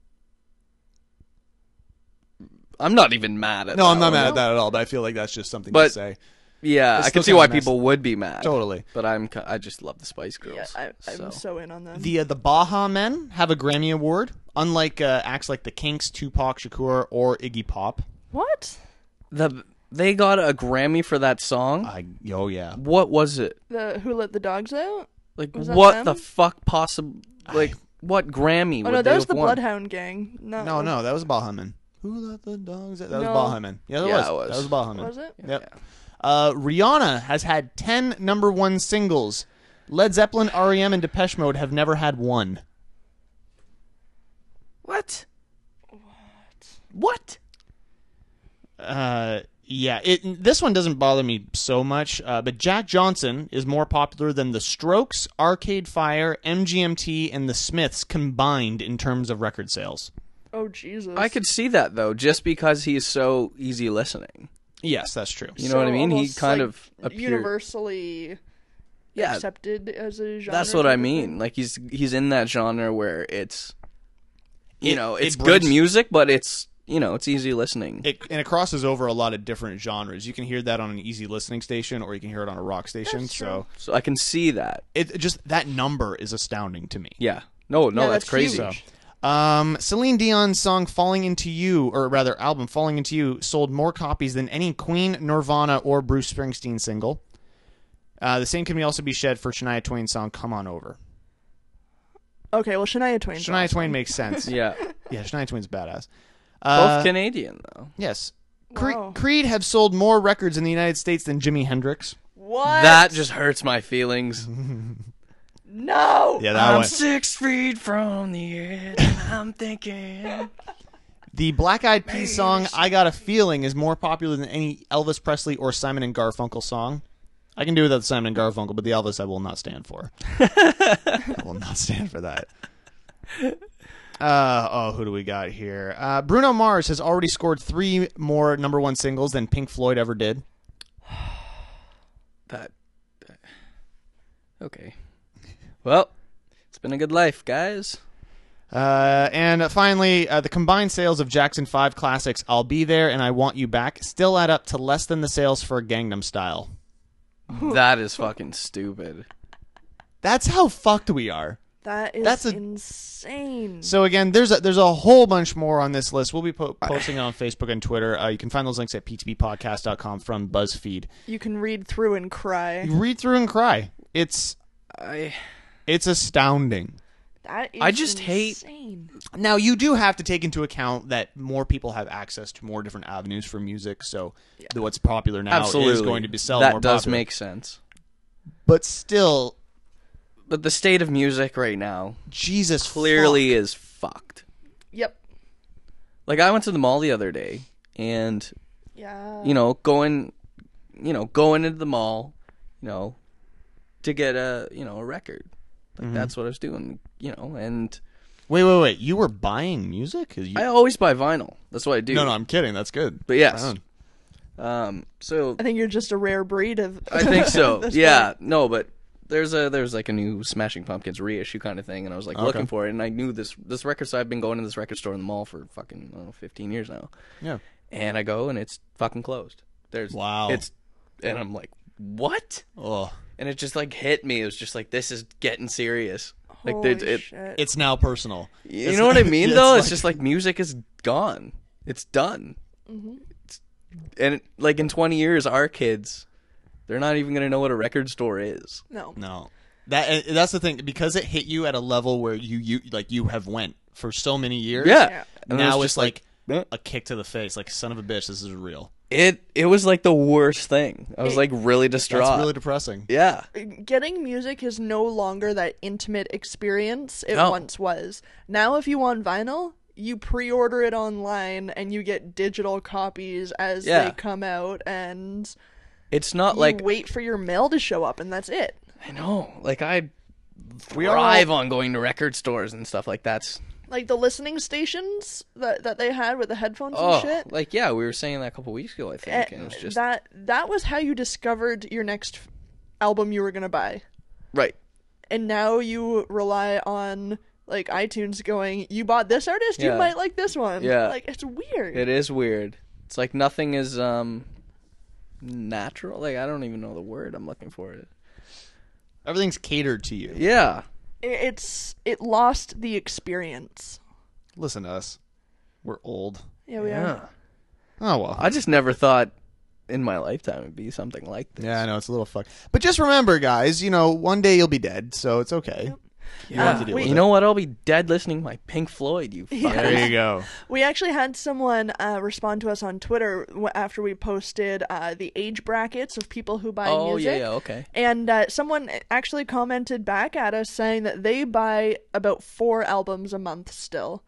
S4: I'm not even mad at.
S1: No,
S4: that
S1: I'm not
S4: one.
S1: mad at that at all, but I feel like that's just something to
S4: But-
S1: say.
S4: Yeah,
S1: It's
S4: I
S1: still
S4: can see why
S1: kinda messed
S4: people would be mad.
S1: Totally.
S4: But I'm. ki- I just love the Spice Girls.
S3: Yeah, I, I'm so.
S4: so.
S3: in on them.
S1: The uh, the Baja Men have a Grammy award, unlike uh, acts like the Kinks, Tupac Shakur, or Iggy Pop.
S3: what?
S4: The they got a Grammy for that song.
S1: I oh yeah,
S4: what was it?
S3: The Who Let the Dogs Out?
S4: Like
S3: Was that
S4: what
S3: them?
S4: the fuck possible? Like what Grammy?
S3: Oh
S4: would
S3: no,
S4: they
S3: that was
S4: have
S3: the
S4: won?
S3: Bloodhound Gang. No,
S1: no no that was Baja Men. Who let the dogs? out? That was
S3: No.
S1: Baja Men. Yeah, that
S4: Yeah,
S1: was.
S4: it was.
S1: That was Baja Men.
S3: Was it?
S1: Yep. Uh, Rihanna has had ten number one singles. Led Zeppelin, REM, and Depeche Mode have never had one.
S4: What? What?
S1: Uh, yeah, it this one doesn't bother me so much. Uh, but Jack Johnson is more popular than The Strokes, Arcade Fire, MGMT, and The Smiths combined in terms of record sales.
S3: Oh Jesus.
S4: I could see that though, just because he's so easy listening.
S1: Yes, that's true.
S4: You know what I
S3: So
S4: mean? He
S3: almost,
S4: kind
S3: like,
S4: of appeared.
S3: universally
S4: yeah,
S3: accepted as a genre.
S4: that's what I
S3: type of thing.
S4: mean. Like he's he's in that genre where it's, you
S1: It-
S4: know,
S1: it
S4: it's
S1: breaks-
S4: good music, but it's you know, it's easy listening.
S1: It, and it crosses over a lot of different genres. You can hear that on an easy listening station, or you can hear it on a rock station.
S3: That's true.
S1: so
S4: so I can see that.
S1: it it just that number is astounding to me.
S4: Yeah. No, no,
S3: Yeah,
S4: that's,
S3: that's
S4: crazy.
S3: huge.
S1: Um, Celine Dion's song "Falling into You," or rather, album "Falling into You," sold more copies than any Queen, Nirvana, or Bruce Springsteen single. Uh, the same can be also be said for Shania Twain's song "Come On Over."
S3: Okay, well Shania Twain.
S1: Shania Twain makes sense. yeah.
S4: Yeah.
S1: Shania Twain's badass.
S4: Both
S1: Uh,
S4: Canadian though.
S1: yes. Cre-
S3: Wow.
S1: Creed have sold more records in the United States than Jimi Hendrix.
S3: What?
S4: That just hurts my feelings.
S3: No.
S1: Yeah,
S4: I'm six feet from the edge. and I'm thinking.
S1: The Black Eyed Peas song "I Got a Feeling" is more popular than any Elvis Presley or Simon and Garfunkel song. I can do without Simon and Garfunkel, but the Elvis I will not stand for. I will not stand for that. Uh, oh, who do we got here? Uh, Bruno Mars has already scored three more number one singles than Pink Floyd ever did.
S4: That. Okay. Well, it's been a good life, guys.
S1: Uh, and finally, uh, the combined sales of Jackson 5 classics "I'll Be There" and "I Want You Back" still add up to less than the sales for Gangnam Style.
S4: That is fucking stupid.
S1: That's how fucked we are.
S3: That is
S1: That's a-
S3: insane.
S1: So again, there's a, there's a whole bunch more on this list. We'll be po- posting it on Facebook and Twitter. Uh, you can find those links at ptbpodcast.com from BuzzFeed.
S3: You can read through and cry.
S4: Mm-hmm.
S1: Read through and cry. It's
S4: I
S1: it's astounding.
S3: That is
S4: I just hate-
S3: insane.
S1: Now you do have to take into account that more people have access to more different avenues for music. So the, what's popular now
S4: absolutely
S1: is going to be sell
S4: That
S1: more
S4: does
S1: popular.
S4: make sense.
S1: but still,
S4: But the state of music right now
S1: Jesus,
S4: clearly is fucked.
S3: Yep.
S4: Like I went to the mall the other day, and
S3: Yeah.
S4: you know, going, you know, going into the mall, you know, to get a you know a record. Like that's what I was doing, you know. And
S1: fuck. Wait, wait, wait. You were buying music? 'Cause you-
S4: I always buy vinyl. That's what I do.
S1: no, no, I'm kidding. That's good.
S4: But yes.
S1: Right on.
S4: Um. So
S3: I think you're just a rare breed of.
S4: I think so.
S3: That's
S4: yeah. No, but there's a there's like a new Smashing Pumpkins reissue kind of thing, and I was like looking for it, and I knew this this record. So I've been going to this record store in the mall for fucking I don't know, 15 years now.
S1: yeah.
S4: and I go and it's fucking closed. There's
S13: Wow.
S4: It's and I'm like, what?
S1: Oh,
S4: And it just like hit me. It was just like this is getting serious. like
S1: Holy
S4: there's it,
S1: shit. It's now personal.
S4: You
S1: It's-
S4: know what I mean?
S1: Yeah,
S4: though
S1: it's
S4: it's just like music is gone. It's done.
S3: Mhm.
S4: It's, and it, like in 20 years, our kids, they're not even gonna know what a record store is.
S3: No.
S1: No. That and that's the thing because it hit you at a level where you you like you have went for so many years.
S4: Yeah. Yeah. And
S1: Now
S4: it's
S1: it's,
S4: just
S1: like,
S4: like,
S1: a kick to the face. Like son of a bitch, this is real.
S4: It it was like the worst thing. I was
S1: It-
S4: like really
S1: That's
S4: distraught.
S1: really depressing.
S4: Yeah.
S3: Getting music is no longer that intimate experience it
S4: No.
S3: once was. Now, if you want vinyl, you pre order it online and you get digital copies as
S4: Yeah.
S3: they come out, and
S4: It's not
S3: you
S4: like
S3: wait for your mail to show up, and that's it.
S4: I know. Like I
S3: We are all-
S4: thrive on going to record stores and stuff like that.
S3: Like the listening stations that, that they had with the headphones
S4: Oh,
S3: and shit.
S4: like yeah, we were saying that a couple weeks ago. I think and it was
S3: Eh,
S4: just
S3: that that was how you discovered your next album you were gonna buy.
S4: right.
S3: and now you rely on like iTunes going, you bought this artist,
S4: Yeah.
S3: you might like this one.
S4: Yeah.
S3: Like it's weird.
S4: It is weird. It's like nothing is um natural. Like I don't even know the word I'm looking for. It.
S1: Everything's catered to you.
S4: Yeah.
S3: I- It's it lost the experience.
S1: Listen to us. We're old.
S3: Yeah, we are.
S1: Oh well.
S4: I just never thought in my lifetime it'd be something like this.
S1: Yeah, I know it's a little fucked. But just remember, guys. You know, one day you'll be dead, so it's okay. You don't
S3: Uh,
S1: have to deal with
S4: you
S1: it.
S4: know what? I'll be dead listening to my Pink Floyd. You fuckers.
S3: Yeah. There you
S1: go.
S3: We actually had someone uh, respond to us on Twitter w- after we posted uh, the age brackets of people who buy
S4: Oh
S3: music.
S4: yeah, yeah, okay.
S3: And uh, someone actually commented back at us saying that they buy about four albums a month still,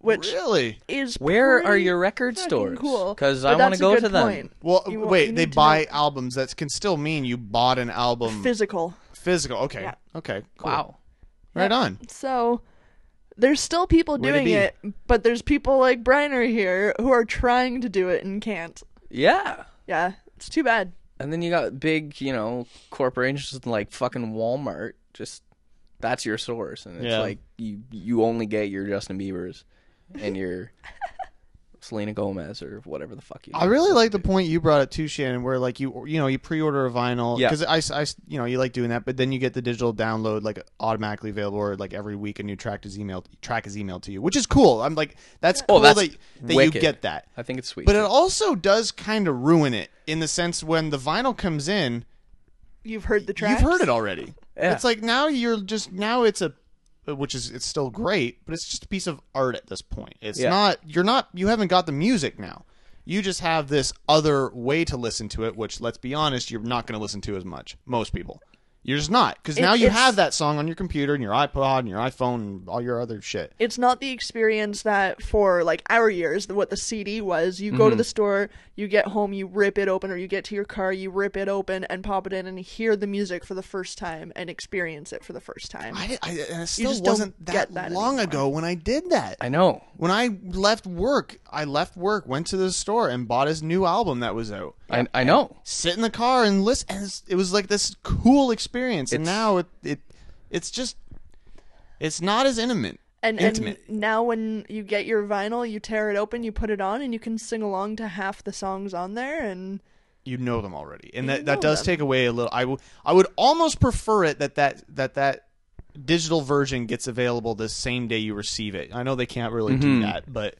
S3: which
S1: Really?
S3: is
S4: Where are
S3: pretty
S4: your record
S3: fucking
S4: stores?
S3: Cool,
S4: 'Cause
S3: But
S4: I wanna
S3: that's a
S4: go
S3: good
S4: to them.
S3: point.
S1: Well,
S3: You wa- you
S1: wait. They
S3: need to
S1: buy
S3: know
S1: albums. That can still mean you bought an album.
S3: physical.
S1: Physical. Okay.
S3: Yeah.
S1: Okay. Cool.
S4: Wow.
S1: Right
S3: Yeah.
S1: on.
S3: So there's still people
S1: Way to
S3: doing
S1: be.
S3: it, but there's people like Briner here who are trying to do it and can't.
S4: Yeah.
S3: Yeah, it's too bad.
S4: And then you got big, you know, corporations like fucking Walmart. Just that's your source, and it's
S1: Yeah.
S4: like you you only get your Justin Bieber's and your Selena Gomez or whatever the fuck you.
S1: I really like the point you brought up too, Shannon, where like you you know you pre-order a vinyl
S4: Yeah.
S1: because I, s- I s- you know you like doing that, but then you get the digital download like automatically available, or like every week a new track is emailed track is emailed to you, which is cool. I'm like that's
S4: Oh,
S1: cool
S4: that's
S1: that, that you
S4: wicked.
S1: get that,
S4: I think it's sweet.
S1: but it also does kind of ruin it in the sense when the vinyl comes in,
S3: You've heard the tracks.
S1: you've heard it already.
S4: Yeah.
S1: It's like now you're just now it's a which is it's still great, but it's just a piece of art at this point. It's
S4: Yeah.
S1: not you're not you haven't got the music now. You just have this other way to listen to it, which let's be honest, you're not going to listen to as much. Most people, you're just not because
S3: It-
S1: now you
S3: it's-
S1: have that song on your computer and your iPod and your iPhone and all your other shit.
S3: It's not the experience that for like our years, what the CD was. You go to
S1: Mhm.
S3: the store, you get home, you rip it open, or you get to your car, you rip it open and pop it in and hear the music for the first time and experience it for the first time.
S1: I, I, and it
S3: you
S1: still
S3: just don't
S1: wasn't that,
S3: get that
S1: long ago when I did that.
S4: I know.
S1: When I left work, I left work, went to the store, and bought his new album that was out.
S4: I I know.
S1: sit in the car and listen. And it's- it was like this cool experience, and
S4: It's-
S1: now it, it it's just it's not as intimate.
S3: And, and
S1: intimate.
S3: now when you get your vinyl, you tear it open, you put it on, and you can sing along to half the songs on there. And
S1: you know them already, and
S3: You
S1: that, that
S3: know
S1: does
S3: them.
S1: take away a little. I w- I would almost prefer it that that that that digital version gets available the same day you receive it. I know they can't really do
S4: Mhm.
S1: that, but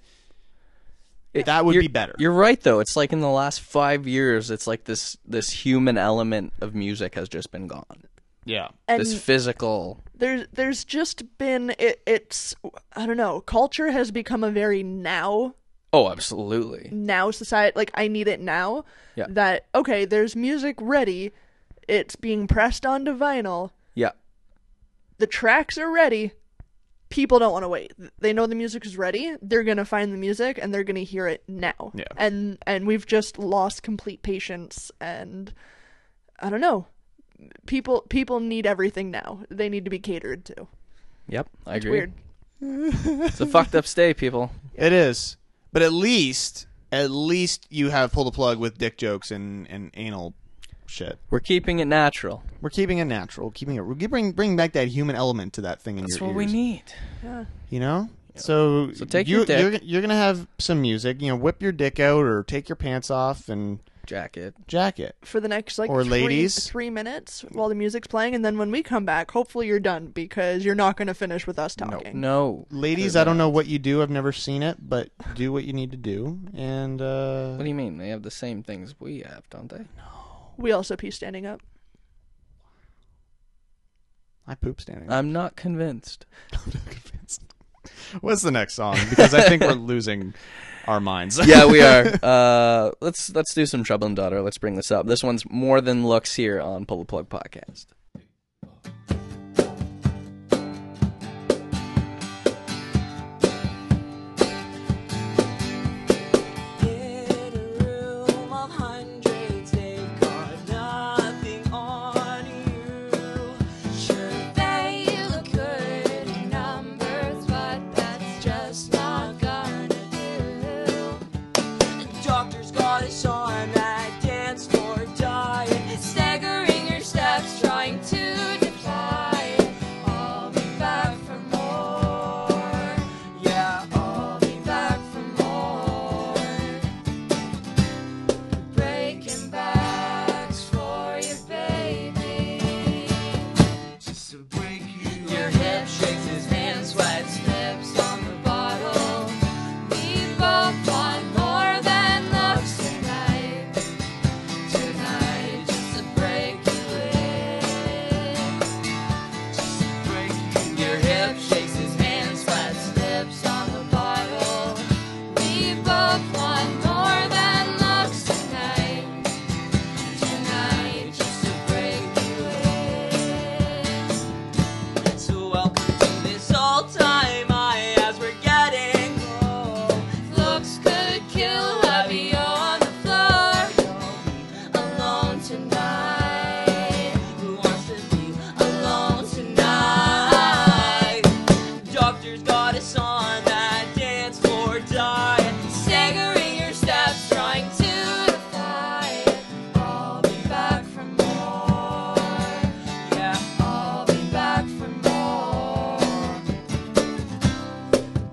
S4: It-
S1: that would
S4: you're-
S1: be better.
S4: You're right though. It's like in the last five years, it's like this this human element of music has just been gone.
S1: Yeah.
S3: And-
S4: this physical.
S3: there's there's just been it, it's I don't know. Culture has become a very now
S4: Oh, absolutely.
S3: now society. Like I need it now.
S4: Yeah.
S3: That okay. There's music ready. It's being pressed onto vinyl.
S4: Yeah.
S3: The tracks are ready. People don't want to wait. They know the music is ready. They're gonna find the music and they're gonna hear it now.
S1: Yeah.
S3: And and we've just lost complete patience and I don't know. People people need everything now. They need to be catered to.
S4: Yep. I
S3: It's
S4: agree.
S3: weird.
S4: It's a fucked up state, people.
S1: It is, but at least at least you have pulled the plug with dick jokes and and anal shit.
S4: We're keeping it natural.
S1: We're keeping it natural, keeping it. We're bring bringing back that human element to that thing in
S4: That's
S1: your
S4: what
S1: ears.
S4: we need.
S3: Yeah.
S1: You know,
S14: So,
S4: So take
S14: you,
S4: your dick.
S14: You're, you're gonna have some music. You know, whip your dick out or take your pants off and
S4: jacket.
S14: jacket.
S3: for the next like
S14: Or
S3: three,
S14: ladies.
S3: three minutes while the music's playing, and then when we come back, hopefully you're done because you're not going to finish with us talking.
S4: No,
S14: Ladies, I don't know what you do. I've never seen it, but do what you need to do. And uh,
S4: What do you mean? They have the same things we have, don't they?
S3: We also pee standing up.
S14: I poop standing. up.
S4: I'm not convinced.
S14: What's the next song? Because I think we're losing our minds.
S4: yeah, we are. Uh, let's let's do some trouble and daughter. Let's bring this up. This one's more than looks here on Pull the Plug podcast.
S7: Staggering your steps, trying to defy it. I'll be back for more. Yeah, I'll be back for more. Breaking backs for your baby. Just to break you. Your hip shakes his hand, sweats lips on the bottle. We both want more than looks tonight. Tonight, just to break you in. Just to break you. Your hip shakes his hand, sweats lips on the bottle. We both want more than looks tonight. Tonight, just to break you in. So welcome to this all time I as we're getting old. Looks could kill heavy on the floor. Alone tonight. Who wants to be alone tonight? Doctor's got us on that dance floor diet. Staggering your steps, trying to defy it. I'll be back for more. Yeah, I'll be back for more.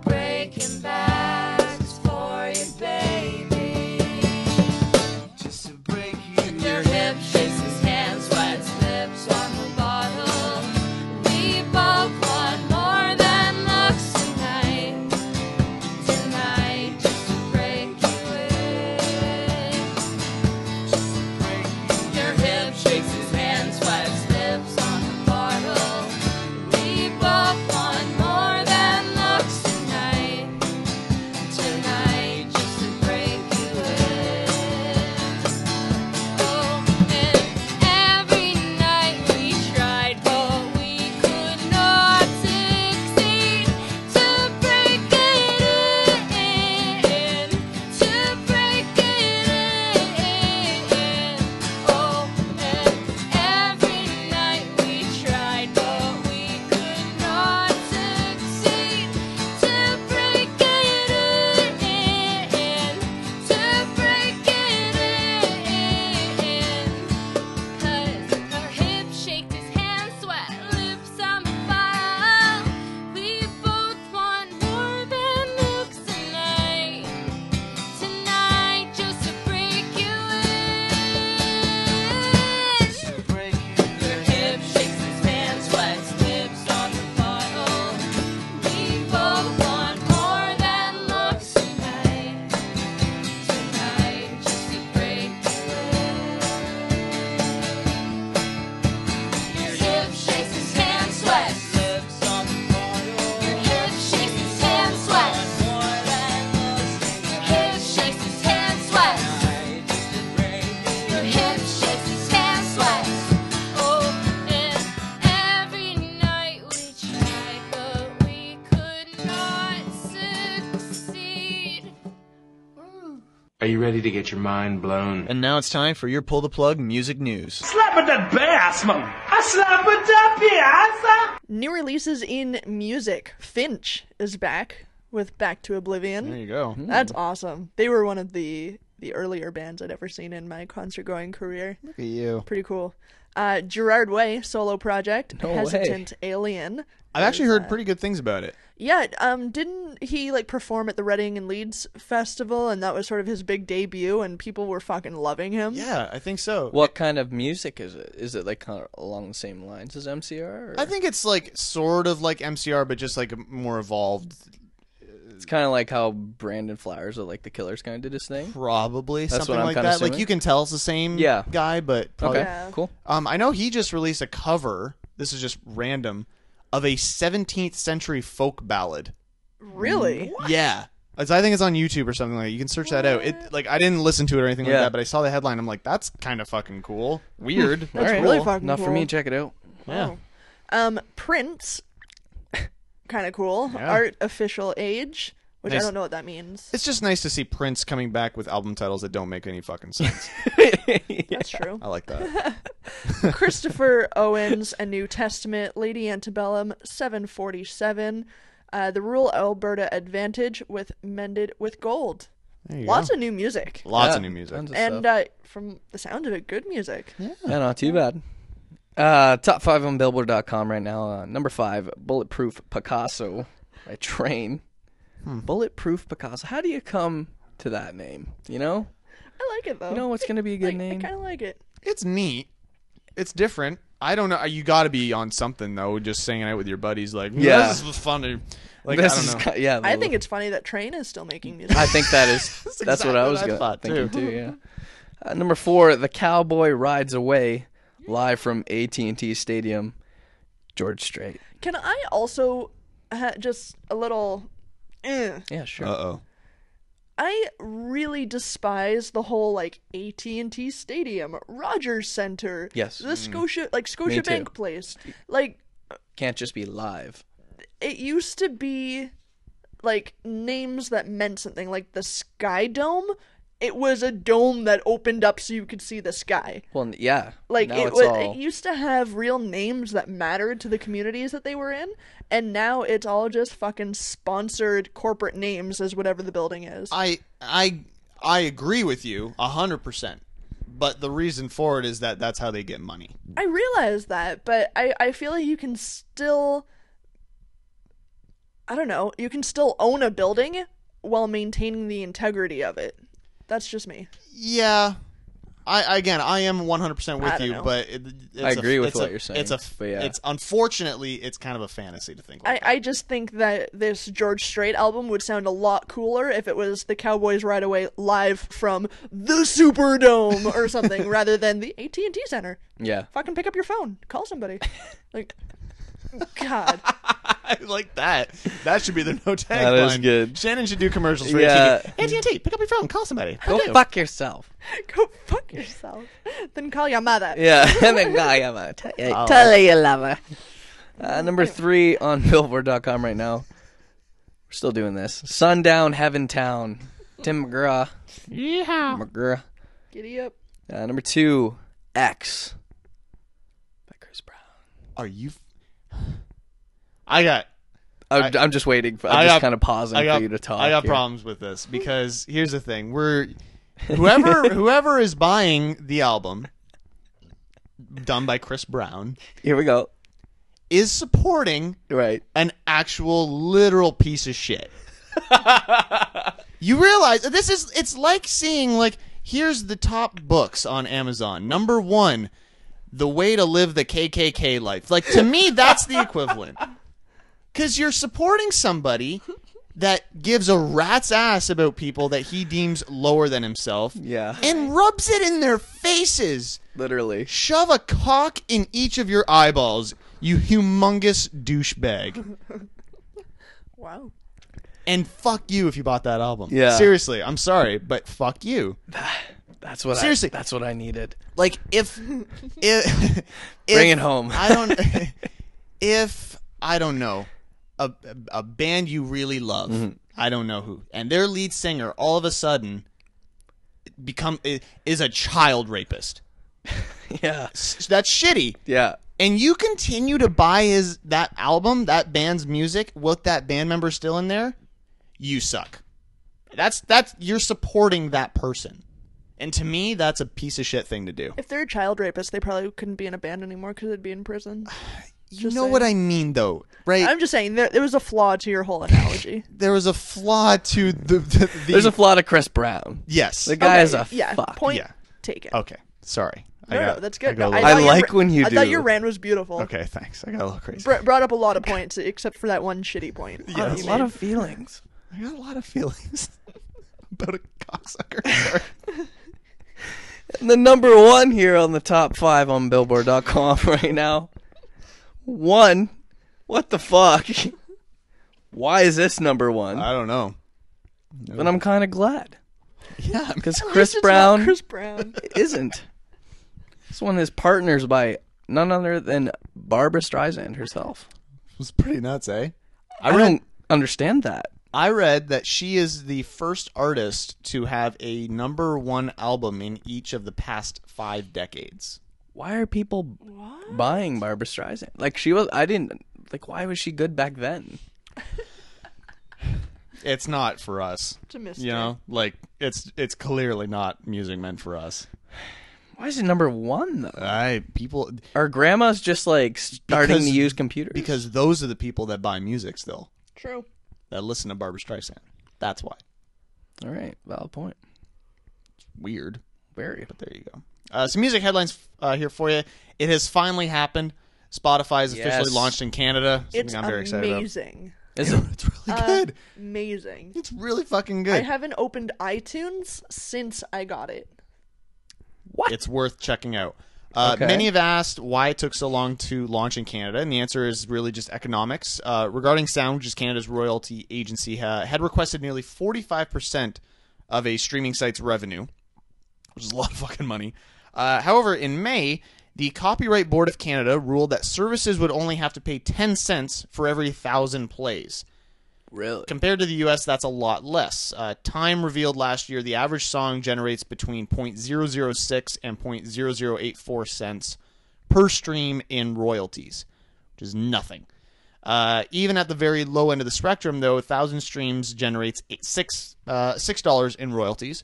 S7: Breaking backs for your baby. Just to break you. Your hip shakes his hand, sweats lips on the bottle. We both want more than looks tonight. Tonight, just to break you in. Just to break you. Your hip shakes his hand, sweats lips on the bottle. We both want more than looks tonight. Tonight, just to break you in. Every night we tried, but we could not succeed to break it in, to break it in. Oh, and every night we tried, but we could not succeed to break it in, to break it in. Cause our hip shaked his hand, sweat lips on the file. We both want more than looks tonight. Tonight, just to break you in. Your hip shakes his hand, sweat lips on the bottle. We both want more than looks tonight. Tonight, just to break you in. Your hip shakes his hand, sweats lips on the bottle. Your hip shakes his hand, sweats more than most. Your hip shakes his hand, sweats. Your hip shakes his hand, sweats. Oh, and every night we tried, but we could not succeed.
S15: Are you ready to get your mind blown?
S9: And now it's time for your pull the plug music news.
S8: Slap at that bass, man! I slap at that piazza!
S3: New releases in music. Finch is back with Back to Oblivion.
S14: There you go.
S3: That's awesome. They were one of the the earlier bands I'd ever seen in my concert going career.
S14: Look at you.
S3: Pretty cool. Uh, Gerard Way solo project,
S4: No way.
S3: Hesitant Alien,
S1: I've actually heard pretty good things about it.
S3: Yeah, um, didn't he like perform at the Reading and Leeds festival, and that was sort of his big debut, and people were fucking loving him.
S1: Yeah, I think so.
S4: What kind of music is it? Is it like kind of along the same lines as MCR? Or?
S1: I think it's like sort of like MCR, but just like a more evolved.
S4: it's kind of like how Brandon Flowers or like the Killers kind of did his thing.
S1: Probably
S4: That's what
S1: something
S4: I'm
S1: like
S4: kinda
S1: that. Like
S4: assuming.
S1: you can tell it's the same
S4: Yeah.
S1: guy, but probably.
S4: Okay, Yeah. cool.
S1: Um, I know he just released a cover. This is just random of a 17th century folk ballad. Mm-hmm.
S3: Really?
S1: Yeah. It's, I think it's on YouTube or something like that. You can search that out. It like I didn't listen to it or anything
S4: Yeah.
S1: like that, but I saw the headline. I'm like, that's kind of fucking cool. Weird.
S3: That's
S1: Alright.
S3: really fucking
S4: Not
S3: cool.
S4: for me. Check it out.
S1: Yeah.
S3: Wow. Um, Prince, kind of cool.
S1: Yeah.
S3: Art official age, which
S1: Nice.
S3: I don't know what that means.
S1: It's just nice to see Prince coming back with album titles that don't make any fucking sense.
S3: That's true.
S1: I like that.
S3: Christopher Owens, A New Testament, Lady Antebellum, 747, uh, The Rural Alberta Advantage with Mended with Gold.
S1: There you
S3: Lots
S1: go.
S3: of new music.
S1: Lots
S4: Yeah,
S1: of new music.
S4: tons of
S3: And
S4: stuff.
S3: uh, from the sound of it, good music.
S4: yeah, not too bad. Uh, top five on Billboard.com right now. Uh, number five, Bulletproof Picasso by Train. Bulletproof Picasso. How do you come to that name? You know,
S3: I like it though.
S4: you know what's gonna be a good
S3: Like, I
S4: name.
S3: kind of like it.
S1: It's neat. It's different. I don't know. You got to be on something though. Just hanging out with your buddies, like yeah,
S4: Yeah.
S1: this is funny. Like
S4: This
S1: I don't
S4: is
S1: know.
S4: ki- yeah,
S3: I
S4: the-
S3: think it's funny that Train is still making music.
S4: I think that is that's, what I
S1: exactly what
S4: was
S1: I
S4: gonna,
S1: thought,
S4: thinking too. Yeah. Uh, number four, the cowboy rides away, live from AT and T Stadium. George Strait.
S3: Can I also ha- just a little? eh.
S4: Yeah, sure.
S1: Uh oh.
S3: I really despise the whole like AT and T Stadium, Rogers Center,
S4: Yes. Mm-hmm.
S3: the Scotia like Scotiabank Place. Like
S4: Can't just be live.
S3: it used to be, like names that meant something, like the Sky Dome. It was a dome that opened up so you could see the sky.
S4: Well, n- yeah.
S3: Like
S4: now
S3: it
S4: it's
S3: was,
S4: all
S3: it used to have real names that mattered to the communities that they were in, and now it's all just fucking sponsored corporate names as whatever the building is.
S1: I I I agree with you hundred percent. But the reason for it is that that's how they get money.
S3: I realize that, but I, I feel like you can still I don't know, you can still own a building while maintaining the integrity of it. That's just me.
S1: Yeah. I again, I am 100 percent
S3: I
S1: with
S3: don't
S1: you,
S3: know.
S1: but it, it's
S4: I agree
S1: a,
S4: with
S1: it's
S4: what
S1: a-
S4: you're saying,
S1: It's a,
S4: but yeah.
S1: it's unfortunately, it's kind of a fantasy to think
S3: I,
S1: like.
S3: I just think that this George Strait album would sound a lot cooler if it was the Cowboys right away live from the Superdome or something rather than the AT&T Center.
S4: yeah.
S3: Fucking pick up your phone, call somebody. Like god.
S1: I like that. That should be their no tagline.
S4: That is good.
S1: Shannon should do commercials for
S4: Yeah.
S1: AT&T. AT&T, pick up your phone, call somebody.
S4: Go fuck yourself.
S3: Go fuck yourself. Then call your mother.
S4: Yeah. and then guy, I'm a t-
S1: Oh.
S4: tell her you love her. Uh, number three on Billboard.com right now. We're still doing this. Sundown Heaven Town. Tim McGraw. Yeah. McGraw.
S3: Giddy up.
S4: Uh, number two, X by Chris Brown.
S1: Are you? I got.
S4: I'm, I, am just waiting. For,
S1: I
S4: I'm
S1: got-
S4: just kind of pausing
S1: I got.
S4: for you to talk.
S1: I got
S4: here.
S1: problems with this because here's the thing: we're whoever whoever is buying the album done by Chris Brown
S4: Here we go.
S1: is supporting
S4: Right.
S1: an actual literal piece of shit. you realize this is it's like seeing like here's the top books on Amazon. Number 1, The Way to Live the KKK Life. Like to me that's the equivalent. Cuz you're supporting somebody that gives a rat's ass about people that he deems lower than himself
S4: Yeah.
S1: and rubs it in their faces.
S4: Literally.
S1: Shove a cock in each of your eyeballs, you humongous douchebag.
S3: Wow.
S1: And fuck you if you bought that album.
S4: Yeah.
S1: Seriously, I'm sorry, but fuck you.
S4: That's what.
S1: Seriously.
S4: I, that's what I needed.
S1: Like if if,
S4: Bring
S1: if-
S4: it home.
S1: I don't if I don't know a a band you really love.
S4: Mm-hmm.
S1: I don't know who. And their lead singer all of a sudden become i- is a child rapist.
S4: yeah.
S1: S- That's shitty.
S4: Yeah.
S1: and you continue to buy his that album, that band's music with that band member still in there, you suck. That's that's you're supporting that person. And to me, that's a piece of shit thing to do.
S3: If they're a child rapist, they probably couldn't be in a band anymore because they'd be in prison.
S1: You
S3: Just
S1: know
S3: saying.
S1: what I mean, though, right?
S3: I'm just saying there, there was a flaw to your whole analogy.
S1: there was a flaw to the. the, the
S4: There's a flaw to Chris Brown.
S1: Yes.
S4: The guy
S3: Okay,
S4: is a
S3: yeah,
S4: fuck.
S3: Point
S1: Yeah.
S3: taken.
S4: uh,
S1: Okay, sorry.
S3: No, no, that's good.
S1: got a
S3: No,
S1: little-
S3: thought
S4: I
S3: your
S4: like
S3: ra-
S4: when you
S3: I thought
S4: do.
S3: your rant was beautiful.
S1: okay, thanks. I got a little crazy.
S3: Br- brought up a lot of points, except for that one shitty point.
S1: Yeah,
S3: that
S1: it's
S3: you
S1: a
S4: A lot
S3: made.
S4: of feelings.
S1: I got a lot of feelings about a cocksucker. Sorry.
S4: The number one here on the top five on Billboard.com right now. One. What the fuck? Why is this number one?
S1: I don't know.
S4: but I'm kind of glad
S1: Yeah, I mean,
S4: because
S3: At
S4: Chris
S3: least it's not
S4: Brown
S3: Chris Brown.
S4: isn't. This one is partners by none other than Barbara Streisand herself.
S1: it was pretty nuts, eh?
S4: I, don't understand that.
S1: I read that she is the first artist to have a number one album in each of the past five decades.
S4: Why are people buying Barbara Streisand? Like she was, I didn't like. Why was she good back then?
S1: It's not for us.
S3: It's a mystery.
S1: You know, like it's it's clearly not music meant for us.
S4: Why is it number one though?
S1: I people
S4: Are grandmas just like starting
S1: Because-
S4: to use computers?
S1: because those are the people that buy music still
S3: True.
S1: that listen to Barbara Streisand. That's why.
S4: all right, valid point.
S1: Weird.
S4: Very.
S1: There you go. Uh, some music headlines uh, here for you. It has finally happened. Spotify has officially
S4: Yes.
S1: launched in Canada. Something
S3: It's
S1: I'm very excited about.
S3: amazing.
S4: Is it?
S1: It's really good.
S3: Amazing.
S1: It's really fucking
S3: I
S1: good.
S3: haven't opened iTunes since I got it.
S1: It's worth checking out. Uh,
S4: Okay.
S1: Many have asked why it took so long to launch in Canada, and the answer is really just economics. Uh, regarding sound, which is Canada's royalty agency, ha- had requested nearly 45% of a streaming site's revenue, which is a lot of fucking money. Uh, however, in May, the Copyright Board of Canada ruled that services would only have to pay 10 cents for every thousand plays.
S4: Really?
S1: Compared to the US, that's a lot less. Uh, Time revealed last year the average song generates between 0.006 and 0.0084 cents per stream in royalties, which is nothing. Uh, even at the very low end of the spectrum, though, 1,000 streams generates eight, six, uh, $6 in royalties,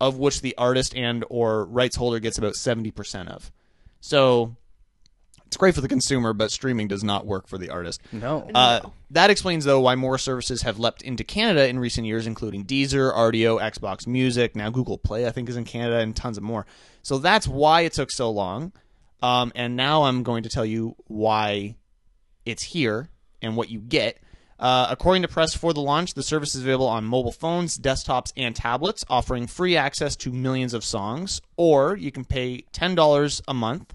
S1: of which the artist and or rights holder gets about 70% of. So it's great for the consumer, but streaming does not work for the artist.
S4: No.
S1: Uh, that explains, though, why more services have leapt into Canada in recent years, including Deezer, RDO, Xbox Music, now Google Play, I think, is in Canada, and tons of more. So that's why it took so long. Um, and now I'm going to tell you why it's here and what you get. Uh, according to press for the launch, the service is available on mobile phones, desktops, and tablets, offering free access to millions of songs. Or you can pay $10 a month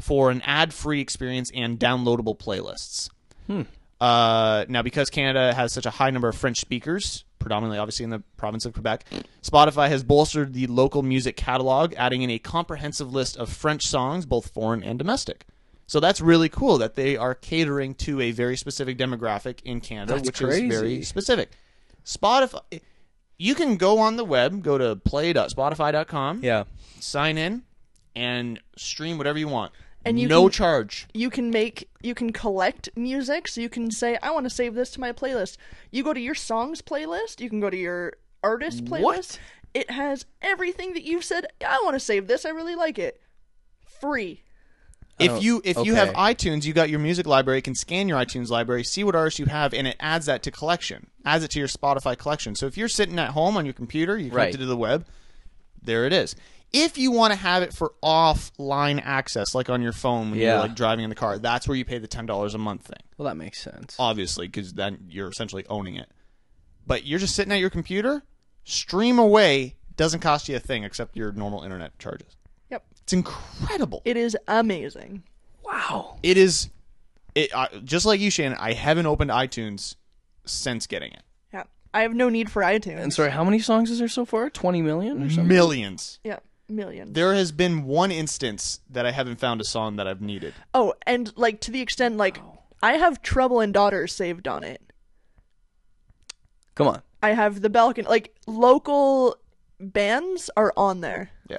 S1: for an ad free experience and downloadable playlists.
S4: Hmm.
S1: Uh, now, because Canada has such a high number of French speakers, predominantly obviously in the province of Quebec, Spotify has bolstered the local music catalog, adding in a comprehensive list of French songs, both foreign and domestic. So that's really cool that they are catering to a very specific demographic in Canada,
S4: That's
S1: which
S4: crazy.
S1: is very specific. Spotify, you can go on the web, go to play.spotify.com,
S4: Yeah.
S1: sign in, and stream whatever you want.
S3: And you
S1: no
S3: can-
S1: charge.
S3: You can make, you can collect music, so you can say, I want to save this to my playlist. You go to your songs playlist, you can go to your artist playlist.
S4: What?
S3: It has everything that you've said, I want to save this, I really like it. Free.
S1: If you if you have
S4: okay.
S1: iTunes, you got your music library, can scan your iTunes library, see what artists you have, and it adds that to collection, adds it to your Spotify collection. So if you're sitting at home on your computer, you connected
S4: Right.
S1: to the web, there it is. If you want to have it for offline access, like on your phone when
S4: Yeah.
S1: you're like driving in the car, that's where you pay the ten dollars a month thing,
S4: Well, that makes sense.
S1: obviously, because then you're essentially owning it. But you're just sitting at your computer, stream away, doesn't cost you a thing except your normal internet charges.
S3: Yep.
S1: It's incredible.
S3: It is amazing.
S4: Wow.
S1: it is it I just like you shannon i haven't opened itunes since getting it
S3: Yeah. I have no need for iTunes.
S4: And sorry, how many songs is there so far? Twenty million or something?
S1: millions
S3: Yeah, millions.
S1: there has been one instance that i haven't found a song that i've needed
S3: Oh, and like to the extent like I have Trouble and Daughter saved on it.
S1: Mm-hmm.
S4: Come on.
S3: I have the Balkan like local bands are on there.
S1: yeah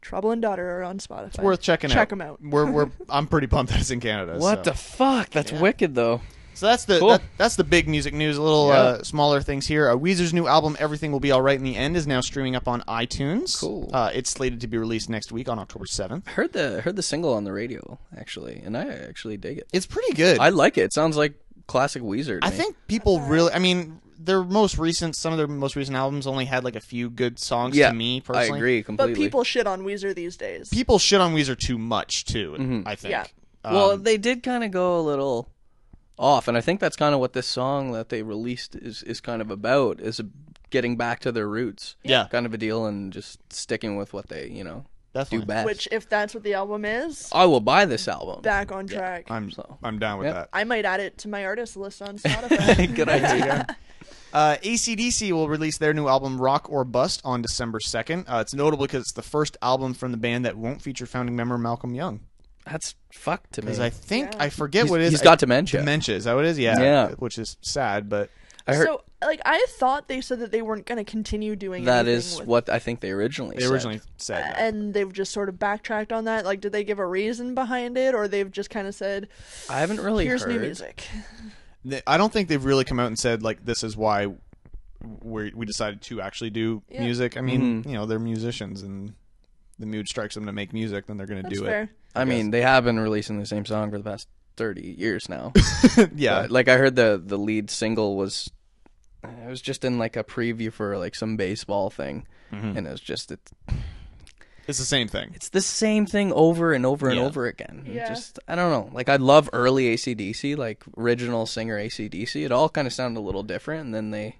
S3: Trouble and Daughter are on Spotify. It's
S1: worth checking out
S3: Check them out.
S1: we're, we're i'm pretty pumped that it's in canada
S4: What
S1: so.
S4: the fuck? That's wicked though.
S1: So that's the
S14: Cool.
S1: that, that's the big music news. A little
S14: Yeah.
S1: uh, smaller things here. Uh, Weezer's new album "Everything Will Be All Right in the End" is now streaming up on iTunes. Cool. Uh, it's slated to be released next week on October seventh.
S4: Heard the heard the single on the radio actually, and I actually dig it.
S1: It's pretty good.
S4: I like it. It sounds like classic Weezer. to
S1: I
S4: me.
S1: think people really. I mean, their most recent, some of their most recent albums only had like a few good songs
S4: Yeah,
S1: to me
S4: I
S1: personally.
S4: agree
S3: But people shit on Weezer these days.
S1: people shit on Weezer too much too.
S4: Mm-hmm.
S1: I think.
S3: Yeah.
S4: well,
S1: Um,
S4: they did kind of go a little off, and I think that's kind of what this song that they released is is kind of about is getting back to their roots.
S1: Yeah.
S4: kind of a deal, and just sticking with what they you know do best.
S3: Which, if that's what the album is,
S4: I will buy this album.
S3: back on track.
S1: Oh, I'm I'm down with
S4: Yep.
S1: that.
S3: I might add it to my artist list on Spotify.
S1: Good idea. Uh, ACDC will release their new album Rock or Bust on December 2nd. Uh, it's notable because it's the first album from the band that won't feature founding member Malcolm Young.
S4: That's fucked to me.
S1: Because I think, I forget what it is.
S4: He's got
S1: I-
S4: dementia.
S1: Dementia, is that what it is? Yeah.
S4: Yeah.
S1: Which is sad, but.
S3: so, like, I thought they said that they weren't going to continue doing
S4: that
S3: anything
S4: is
S3: with-
S4: what I think they originally
S1: They
S4: said.
S1: originally said that.
S3: and they've just sort of backtracked on that. Like, did they give a reason behind it, or they've just kind of said,
S4: I haven't really
S3: "Here's new
S4: heard.
S3: music."
S1: They- I don't think they've really come out and said, like, this is why we we decided to actually do
S3: Yeah.
S1: music. I
S4: Mm-hmm.
S1: mean, you know, they're musicians and the mood strikes them to make music, then they're going to
S3: That's
S1: do
S3: fair.
S4: I mean, they have been releasing the same song for the past 30 years now.
S1: it. yeah.
S4: But, like I heard the the lead single was it was just in like a preview for like some baseball thing
S1: Mm-hmm.
S4: and it was just it,
S1: It's the same thing.
S4: it's the same thing over and over and
S1: Yeah.
S4: over again. It
S3: Yeah.
S4: Just I don't know. Like I love early ACDC, like original singer ACDC. It all kind of sounded a little different and then they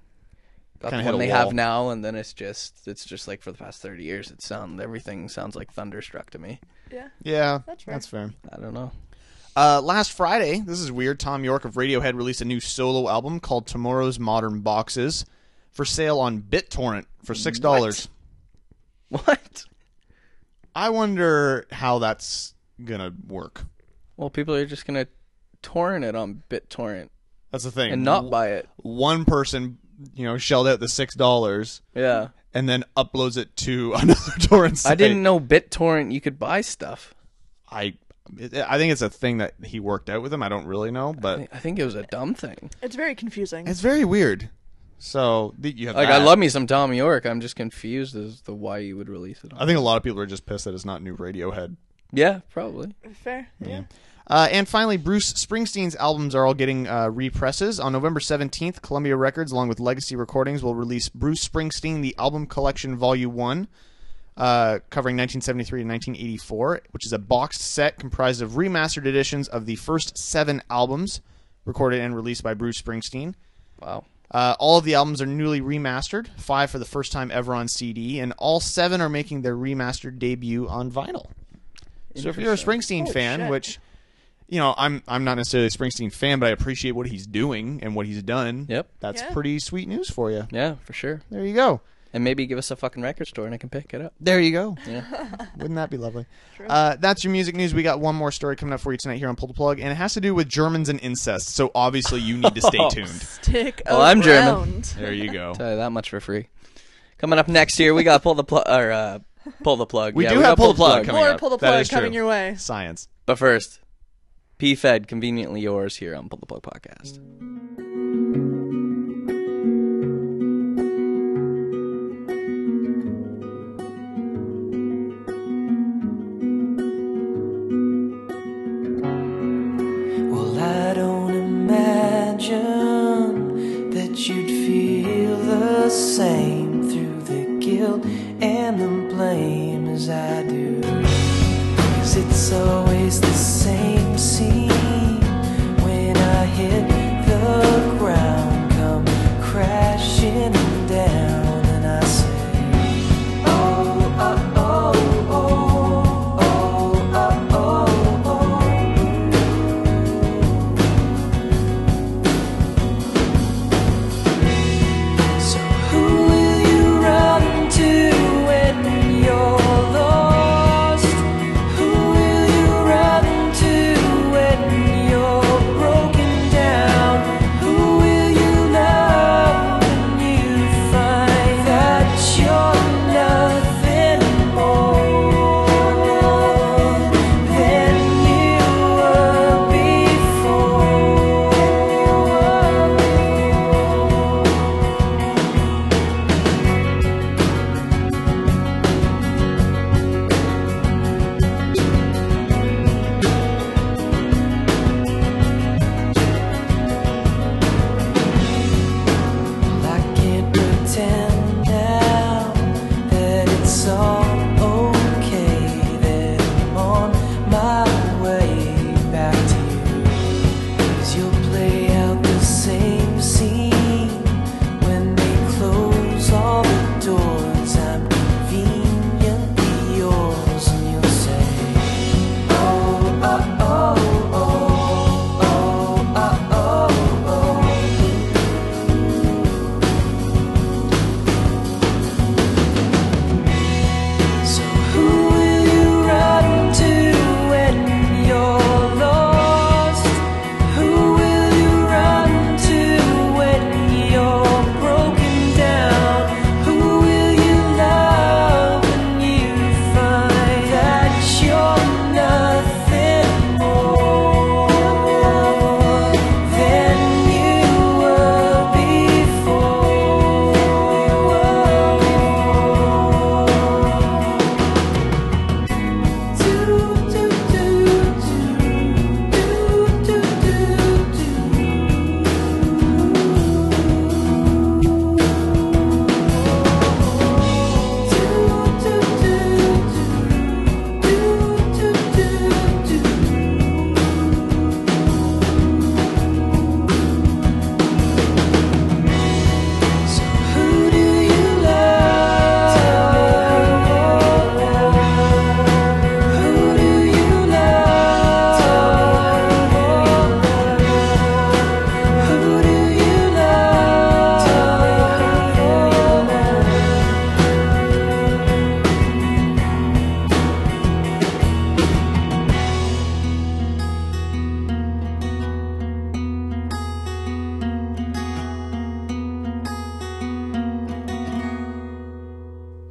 S4: got
S1: Kinda
S4: the
S1: hit
S4: one
S1: a
S4: they
S1: wall.
S4: have now and then it's just it's just like for the past 30 years it sound everything sounds like thunderstruck to me.
S3: Yeah.
S1: Yeah.
S3: That's fair.
S1: That's fair.
S4: I don't know.
S1: Uh, last Friday, this is weird. Tom York of Radiohead released a new solo album called Tomorrow's Modern Boxes for sale on BitTorrent for six dollars.
S4: What?
S1: I wonder how that's gonna work.
S4: Well, people are just gonna torrent it on BitTorrent
S1: That's the thing.
S4: and not buy it.
S1: one person, you know, shelled out the six dollars
S4: Yeah,
S1: and then uploads it to another torrent site.
S4: I didn't know BitTorrent you could buy stuff.
S1: I, I think it's a thing that he worked out with him. I don't really know, but
S4: I think it was a dumb thing.
S3: It's very confusing.
S1: it's very weird. So th- you have
S4: Like I
S1: that.
S4: love me some Tom York. I'm just confused as to why you would release it. On.
S1: I think a lot of people are just pissed that it's not new Radiohead.
S4: Yeah, probably.
S3: fair. Yeah.
S1: Uh, and finally, Bruce Springsteen's albums are all getting uh, represses. On November 17th, Columbia Records, along with Legacy Recordings, will release Bruce Springsteen, the Album Collection Volume 1, uh, covering 1973 and 1984, which is a boxed set comprised of remastered editions of the first seven albums recorded and released by Bruce Springsteen.
S4: Wow.
S1: Uh, all of the albums are newly remastered, five for the first time ever on CD, and all seven are making their remastered debut on vinyl. So if you're a Springsteen fan,
S3: shit.
S1: which you know I'm I'm not necessarily a Springsteen fan, but I appreciate what he's doing and what he's done.
S4: Yep.
S1: that's
S3: Yeah.
S1: pretty sweet news for you.
S4: Yeah, for sure.
S1: There you go.
S4: And maybe give us a fucking record store and I can pick it up.
S1: There you go.
S4: Yeah.
S1: Wouldn't that be lovely? Uh, that's your music news. We got one more story coming up for you tonight here on Pull the Plug, and it has to do with Germans and incest. So obviously you need to stay tuned.
S3: Stick
S4: Well, I'm German.
S3: around.
S1: There you go.
S4: Tell you that much for free. Coming up next here, we got pull the plug or uh, pull the plug.
S1: We
S4: Yeah,
S1: do
S4: got
S1: have pull the plug coming
S3: More
S1: up.
S3: pull the
S1: That
S3: plug
S1: is
S3: coming
S1: true.
S3: your way.
S1: Science.
S4: But first, P Fed conveniently yours here on Pull the Plug Podcast.
S5: Well, I don't imagine that you'd feel the same through the guilt and the blame as I do. Cause it's always the same scene when I hit the ground, come crashing down, and I say, Oh, oh, oh, oh, oh, oh, oh, oh. So who will you run to when you're lost? "Oh,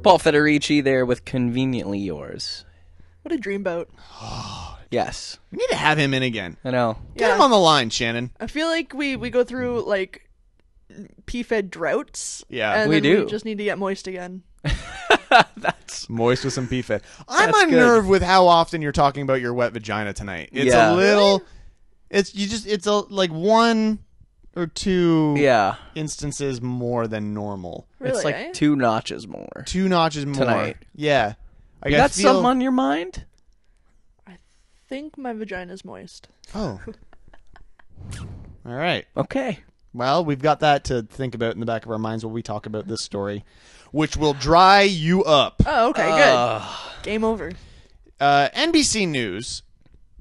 S4: Paul Federici there with Conveniently Yours.
S3: What a dreamboat.
S4: Yes.
S1: We need to have him in again.
S4: I know.
S1: Get
S3: Yeah. Uh,
S1: him on the line, Shannon.
S3: I feel like we we go through like P-fed droughts.
S1: Yeah.
S3: and
S1: We
S3: then
S1: do.
S3: We just need to get moist again.
S1: Moist with some pee fed. I'm
S14: That's good.
S1: unnerved with how often you're talking about your wet vagina tonight. It's
S14: Yeah.
S1: a little. It's you just. It's a like one or two.
S4: Yeah.
S1: Instances more than normal.
S4: it's like
S3: eh?
S4: two notches more.
S1: Two notches more.
S4: Tonight.
S1: Yeah.
S4: You
S1: I
S4: got
S1: feel-
S4: something on your mind?
S3: Think my vagina's moist.
S1: Oh. All right.
S4: Okay.
S1: Well, we've got that to think about in the back of our minds while we talk about this story, which will dry you up.
S3: Oh, okay,
S1: Ugh.
S3: good. Game over.
S1: Uh, NBC News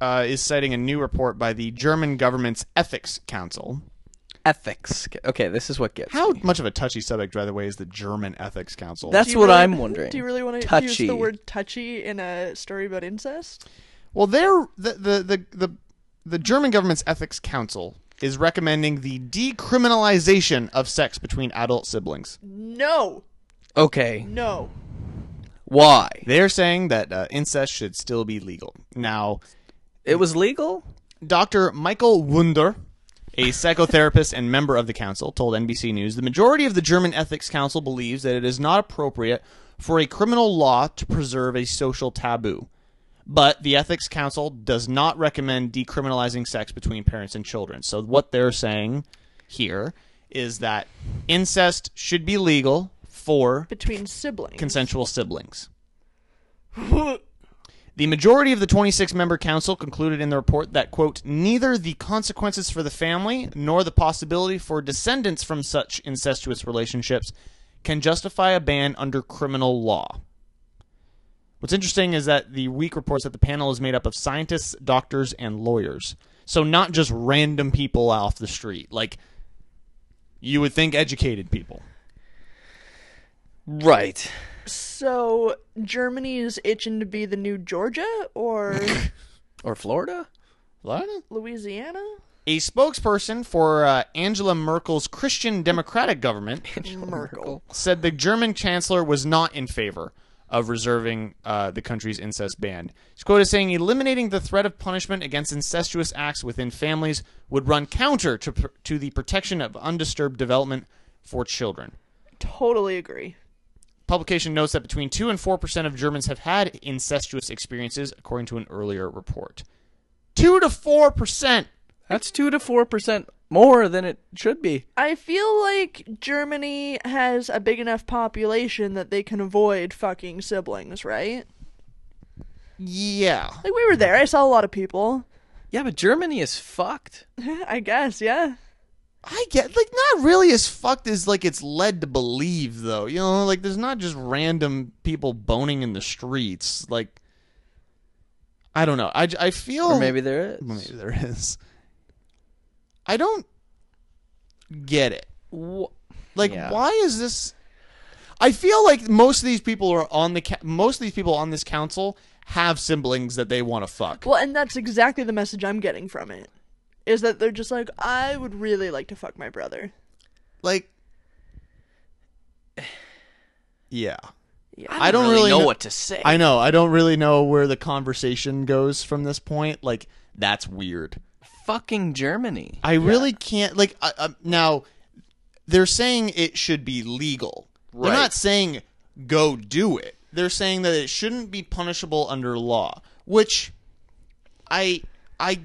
S1: uh, is citing a new report by the German government's Ethics Council.
S4: Ethics. Okay, this is what gets.
S1: How much of a touchy subject, by the way, is the German Ethics Council?
S4: That's
S3: Do you
S4: what
S3: really-
S4: I'm wondering.
S3: Do you really want to use
S1: Touchy.
S3: the word touchy in a story about incest?
S1: Well, they're, the, the, the, the, the German government's Ethics Council is recommending the decriminalization of sex between adult siblings.
S3: No,
S4: Okay.
S3: no.
S4: Why?
S1: They're saying that uh, incest should still be legal. Now,
S4: it was legal?
S1: Dr. Michael Wunder, a psychotherapist and member of the council, told NBC News the majority of the German Ethics Council believes that it is not appropriate for a criminal law to preserve a social taboo. But the Ethics Council does not recommend decriminalizing sex between parents and children. So, what they're saying here is that incest should be legal for
S3: Between siblings.
S1: consensual siblings. The majority of the 26 member council concluded in the report that, quote, neither the consequences for the family nor the possibility for descendants from such incestuous relationships can justify a ban under criminal law. What's interesting is that the week reports that the panel is made up of scientists, doctors, and lawyers. So, not just random people off the street. Like, you would think educated people.
S4: Right.
S3: So Germany is itching to be the new Georgia or
S4: Or Florida?
S1: Florida?
S3: Louisiana?
S1: A spokesperson for uh, Angela Merkel's Christian Democratic government
S3: Merkel.
S1: said the German chancellor was not in favor of reserving uh, the country's incest ban. She's quoted as saying, "Eliminating the threat of punishment against incestuous acts within families would run counter to pr- to the protection of undisturbed development for children."
S3: Totally agree.
S1: Publication notes that between two and four percent of Germans have had incestuous experiences, according to an earlier report. Two to four percent.
S4: That's two to four percent more than it should be.
S3: I feel like Germany has a big enough population that they can avoid fucking siblings, right?
S1: Yeah.
S3: Like we were there. I saw a lot of people.
S4: Yeah, but Germany is fucked.
S3: I guess, yeah.
S1: I get like not really as fucked as like it's led to believe though. You know, like there's not just random people boning in the streets. Like I don't know. I j- I feel
S4: Or maybe there is.
S1: Maybe there is. I don't get it. Like
S14: Yeah.
S1: why is this I feel like most of these people are on the ca- most of these people on this council have siblings that they want to fuck.
S3: Well, and that's exactly the message I'm getting from it. Is that they're just like, I would really like to fuck my brother.
S1: Like Yeah.
S3: Yeah.
S1: I don't really,
S4: know, what to say.
S1: I know. I don't really know where the conversation goes from this point. Like, that's weird.
S4: Fucking Germany.
S1: I really can't. Like, I, I, now they're saying it should be legal.
S4: Right.
S1: They're not saying go do it. They're saying that it shouldn't be punishable under law, which I I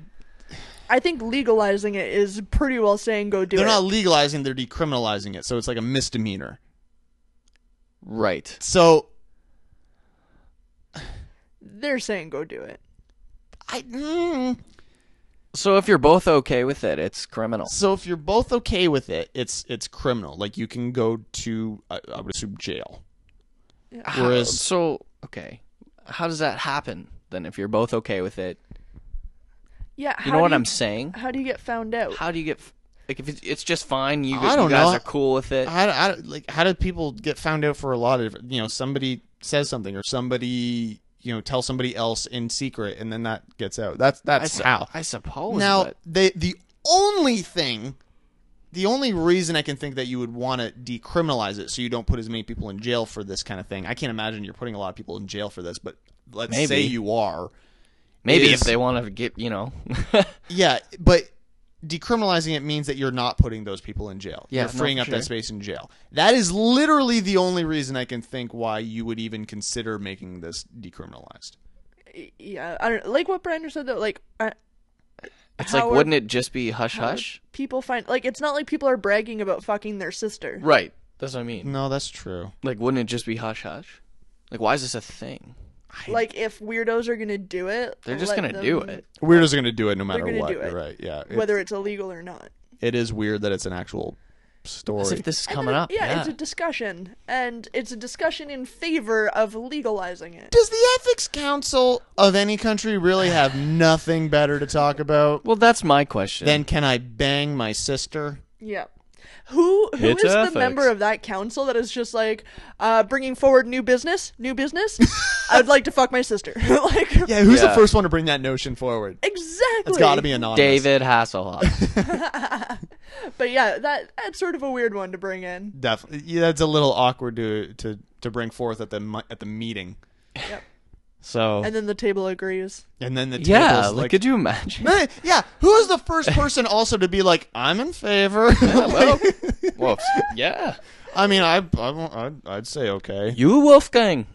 S3: I think legalizing it is pretty well saying go do
S1: they're
S3: it.
S1: not legalizing, they're decriminalizing it. So it's like a misdemeanor.
S4: Right.
S1: So
S3: they're saying go do it.
S1: I mm,
S4: So if you're both okay with it, it's criminal.
S1: So if you're both okay with it, it's it's criminal. Like you can go to I, I would assume jail.
S4: How-
S1: Whereas-
S4: so okay, how does that happen then? If you're both okay with it,
S3: Yeah.
S4: you
S3: how
S4: know
S3: do
S4: what I'm saying?
S3: How do you get found out?
S4: How do you get f- like if it's, it's just fine? You,
S1: I don't
S4: you guys
S1: know.
S4: are cool with it.
S1: How, how like how do people get found out for a lot of different- you know somebody says something or somebody you know tells somebody else in secret and then that gets out. That's that's
S4: I su-
S1: how.
S4: I suppose.
S1: now
S4: but-
S1: the the only thing the only reason I can think that you would want to decriminalize it so you don't put as many people in jail for this kind of thing. I can't imagine you're putting a lot of people in jail for this, but let's
S4: Maybe.
S1: say you are.
S4: Maybe
S1: is-
S4: if they want to get, you know,
S1: yeah, but decriminalizing it means that you're not putting those people in jail.
S4: Yeah,
S1: you're
S4: no,
S1: freeing
S4: for
S1: up
S4: sure.
S1: that space in jail. That is literally the only reason I can think why you would even consider making this decriminalized.
S3: Y- Yeah, I don't like what Brander said though. Like, uh, I,
S4: it's
S3: how
S4: like,
S3: are
S4: wouldn't it just be hush
S3: how
S4: hush?
S3: people find like it's not like people are bragging about fucking their sister.
S4: Right. That's what I mean.
S1: No, that's true.
S4: Like, wouldn't it just be hush hush? Like, why is this a thing?
S3: Like if weirdos are gonna do it,
S4: They're just
S3: let
S4: gonna do
S3: them-
S4: it.
S1: Weirdos are going to do it no matter
S3: gonna
S1: what.
S3: do it.
S1: You're right. Yeah. It's,
S3: whether it's illegal or not.
S1: it is weird that it's an actual story.
S4: As if this is coming up.
S3: yeah,
S4: Yeah.
S3: it's a discussion, and it's a discussion in favor of legalizing it.
S1: Does the ethics council of any country really have nothing better to talk about?
S4: Well, that's my question.
S1: Then can I bang my sister?
S3: Yeah. Who who is
S4: It's
S3: the
S4: ethics.
S3: member of that council that is just like uh, bringing forward new business, new business? I would like to fuck my sister. like
S1: Yeah, who's the
S4: Yeah.
S1: first one to bring that notion forward?
S3: exactly.
S1: It's got to be anonymous.
S4: David Hasselhoff.
S3: But yeah, that that's sort of a weird one to bring in.
S1: Definitely. Yeah, that's a little awkward to to to bring forth at the mi- at the meeting.
S4: so
S3: And then the table agrees.
S1: And then the
S4: yeah,
S1: tables
S4: like, could you imagine?
S1: Hey, yeah, who is the first person also to be like, I'm in favor?
S4: well, well, yeah.
S1: I mean, I, I won't- I'd, I'd say okay.
S4: You Wolfgang.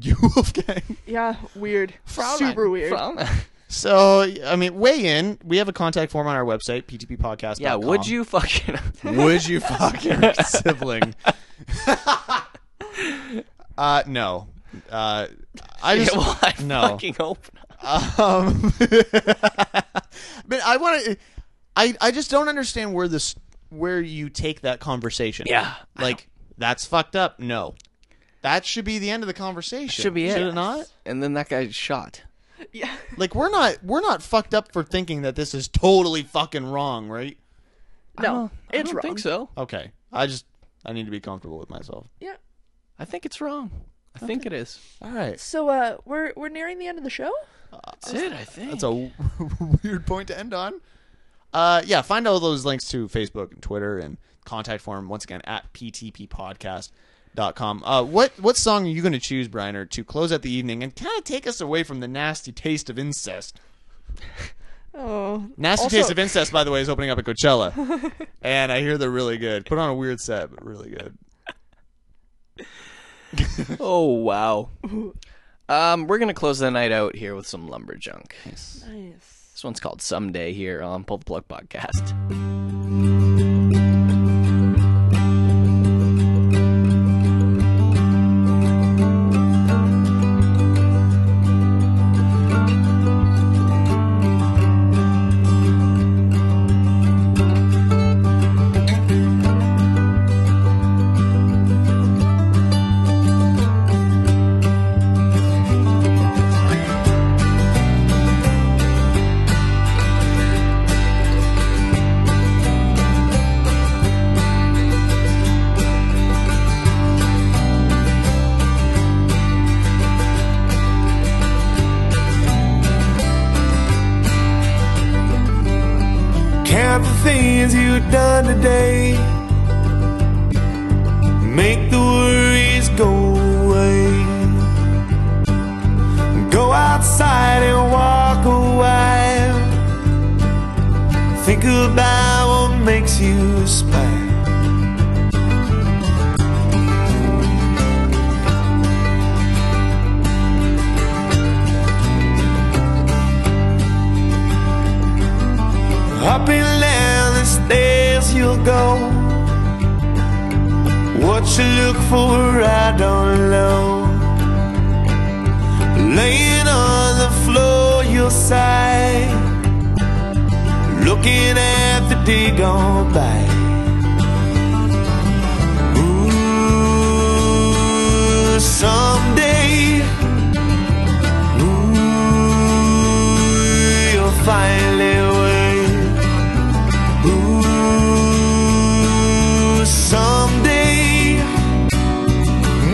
S1: You Wolfgang.
S3: Yeah, weird.
S1: Fraulein.
S3: Super weird.
S4: From-
S1: So, I mean, weigh in. We have a contact form on our website, ptppodcast.com.
S4: yeah, would you fucking?
S1: Would you fuck your sibling? uh, no. Uh, I
S4: Yeah,
S1: just
S4: well, I
S1: no.
S4: fucking hope not.
S1: Um, but I want to. I I just don't understand where this where you take that conversation.
S4: Yeah, I
S1: like that's fucked up. No, that should be the end of the conversation.
S4: Should be it.
S1: Should it not?
S4: And then that guy's shot.
S3: Yeah.
S1: Like we're not we're not fucked up for thinking that this is totally fucking wrong, right?
S4: I
S3: No,
S4: don't- I
S3: it's
S4: don't
S3: wrong.
S4: think so.
S1: Okay, I just I need to be comfortable with myself.
S3: Yeah.
S4: I think it's wrong. I think it is.
S1: All right,
S3: So uh we're we're nearing the end of the show?
S4: That's it. I think.
S1: that's a w- weird point to end on. Uh, yeah, find all those links to Facebook and Twitter and contact form once again at ptppodcast.com. Uh, what what song are you going to choose, Briner, to close out the evening and kind of take us away from the nasty taste of incest?
S3: Oh.
S1: Nasty
S3: Also-
S1: Taste of Incest, by the way, is opening up at Coachella, and I hear they're really good. Put on a weird set, but really good.
S4: Oh wow. Um, we're gonna close the night out here with some lumberjunk.
S3: Nice.
S4: This one's called "Someday" here on Pull the Plug Podcast.
S16: Count the things you've done today. Make the worries go away. Go outside and walk a while. Think about what makes you smile. Up and down the stairs you'll go. What you look for, I don't know. Laying on the floor, you'll sigh. Looking at the day gone by. Ooh, someday. Ooh, you'll find a way. someday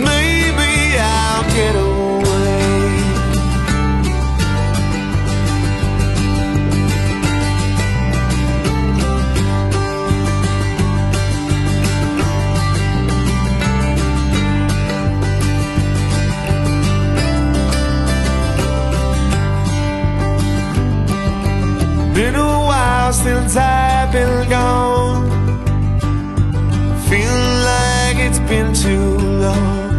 S16: maybe I'll get away. since I've been gone. Feel like it's been too long.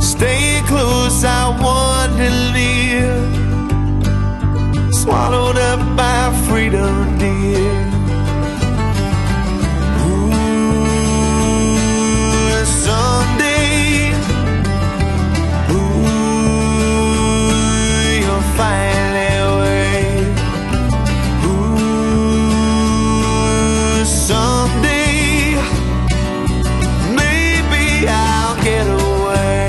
S16: Stay close, I want to live. Swallowed up by freedom, dear. Ooh, someday. Ooh, you'll find that way. Ooh, someday, maybe I'll get away.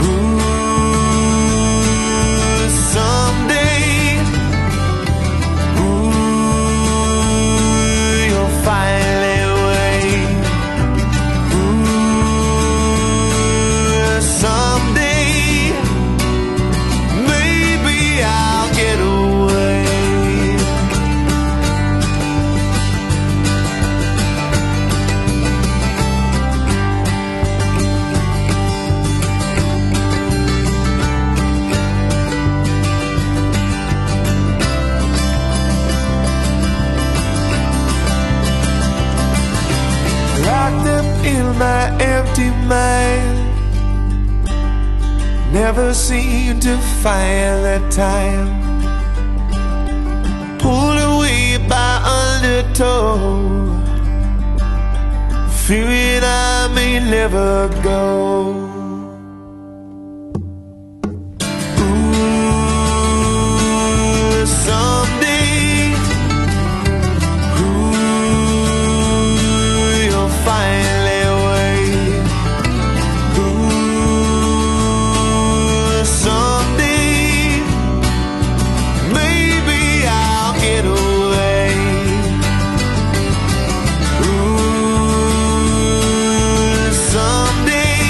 S16: Ooh, someday, ooh, you'll find that way. Ooh, someday, maybe I'll get away. Locked up in my empty mind. Never seem to find the time. Pulled away by undertow. Fearing I may never go. Ooh, someday. Ooh, you'll find a way. Ooh, someday, maybe I'll get away. Ooh, someday,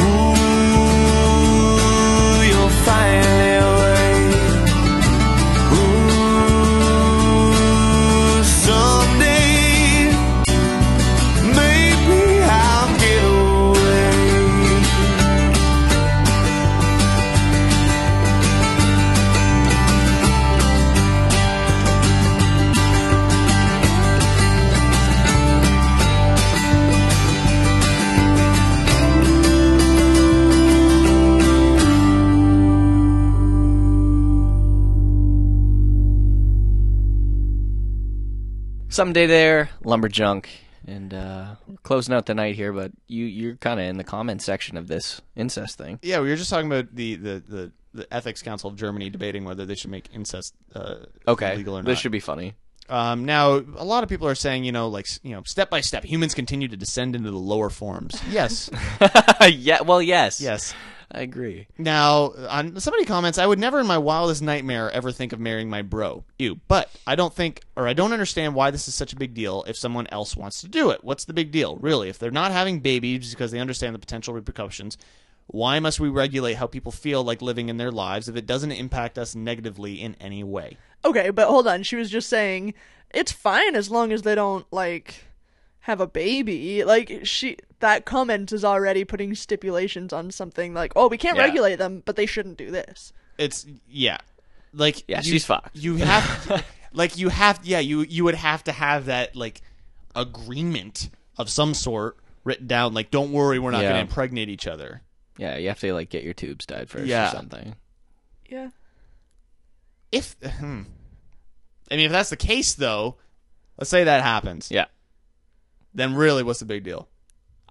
S16: ooh, you'll find a way. Ooh, someday, maybe I'll get away.
S4: Someday there, Lumberjunk. And uh closing out the night here, but you you're kinda in the comment section of this incest thing.
S1: Yeah, we were just talking about the the the, the Ethics Council of Germany debating whether they should make incest uh,
S4: Okay.
S1: legal or not.
S4: This should be funny.
S1: Um, now, a lot of people are saying, you know, like s- you know, step by step, humans continue to descend into the lower forms. Yes,
S4: yeah. Well, yes.
S1: Yes.
S4: I agree.
S1: Now, on, somebody comments, I would never in my wildest nightmare ever think of marrying my bro. Ew. But I don't think, or I don't understand why this is such a big deal if someone else wants to do it. What's the big deal, really? If they're not having babies because they understand the potential repercussions, why must we regulate how people feel like living in their lives if it doesn't impact us negatively in any way?
S3: Okay, but hold on. She was just saying it's fine as long as they don't like have a baby. Like she that comment is already putting stipulations on something like, "Oh, we can't
S1: Yeah.
S3: regulate them, but they shouldn't do this."
S1: It's yeah, like
S4: Yeah,
S1: you-
S4: she's fucked.
S1: You have, like, you have, yeah, you you would have to have that like agreement of some sort written down. Like, don't worry, we're not
S4: Yeah.
S1: going to impregnate each other.
S4: Yeah, you have to like get your tubes tied first
S1: Yeah.
S4: or something.
S3: Yeah.
S1: If hmm. I mean, if that's the case, though, let's say that happens.
S4: Yeah.
S1: Then really, what's the big deal?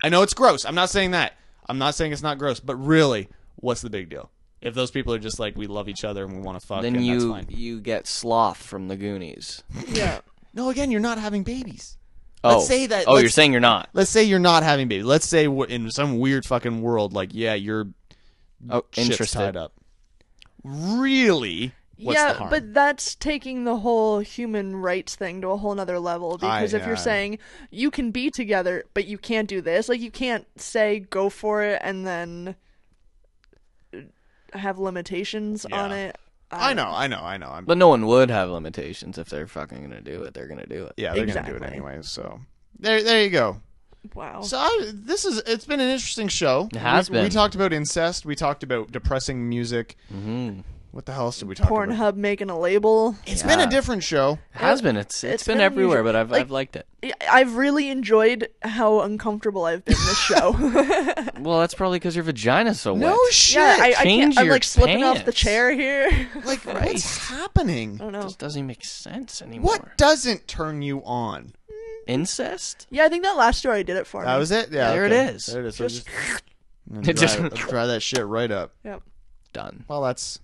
S1: I know it's gross. I'm not saying that. I'm not saying it's not gross, but really, what's the big deal? If those people are just like we love each other and we want to fuck,
S4: then
S1: and that's
S4: you
S1: fine.
S4: you get sloth from the Goonies.
S3: Yeah.
S1: No, again, you're not having babies.
S4: Oh.
S1: Let's say that.
S4: Oh,
S1: let's-
S4: you're saying you're not.
S1: Let's say you're not having babies. Let's say we're in some weird fucking world, like yeah, you're
S4: Oh,
S1: shit's
S4: interested.
S1: tied up. Really? What's
S3: yeah,
S1: the harm?
S3: but that's taking the whole human rights thing to a whole nother level because if
S1: yeah, I-
S3: you're saying you can be together but you can't do this, like you can't say go for it and then have limitations on it. uh,
S1: I know, I know, I know. I'm
S4: But no one would have limitations if they're fucking gonna do it. They're gonna do it.
S1: yeah, they're gonna do it anyway. So there, there you go.
S3: Wow.
S1: So I, this is it's been an interesting show.
S4: It has
S1: we, We
S4: been.
S1: talked about incest. We talked about depressing music.
S4: Mm-hmm.
S1: What the hell else did we talk about?
S3: Pornhub making a label.
S1: It's been a different show.
S4: It has been. It's it's been, everywhere,
S3: unusual.
S4: but I've
S3: Like,
S4: I've liked it.
S3: I- I've really enjoyed how uncomfortable I've been this show.
S4: Well, that's probably because your vagina's so wet.
S1: shit.
S3: yeah, I, I
S4: Change
S3: can't, I'm
S4: your
S3: like slipping off the
S4: pants.
S3: chair here.
S1: Like, what's happening?
S3: I don't know.
S4: This doesn't make sense anymore.
S1: What doesn't turn you on?
S4: incest?
S3: Yeah, I think that last story did it for
S1: That
S3: me.
S1: was it. Yeah,
S4: There it
S1: okay.
S4: is.
S1: There it is. So
S3: Just-
S1: Dry,
S4: Just-
S1: dry that shit right up.
S3: Yep.
S4: Done.
S1: Well, that's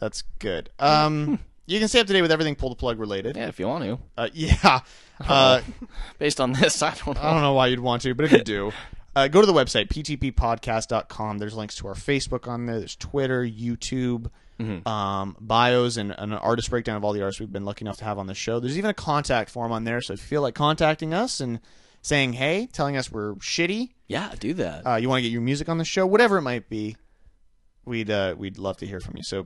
S1: that's good. Um, you can stay up to date with everything pull the plug related.
S4: Yeah, if you want to.
S1: Uh, yeah. Uh,
S4: Based on this, I don't know.
S1: I don't know why you'd want to, but if you do, uh, go to the website, ptppodcast.com. There's links to our Facebook on there. There's Twitter, YouTube,
S4: Mm-hmm.
S1: um, bios, and, and an artist breakdown of all the artists we've been lucky enough to have on the show. There's even a contact form on there. So if you feel like contacting us and saying hey, telling us we're shitty,
S4: Yeah, do that.
S1: uh, you want to get your music on the show, whatever it might be, we'd uh, we'd love to hear from you. So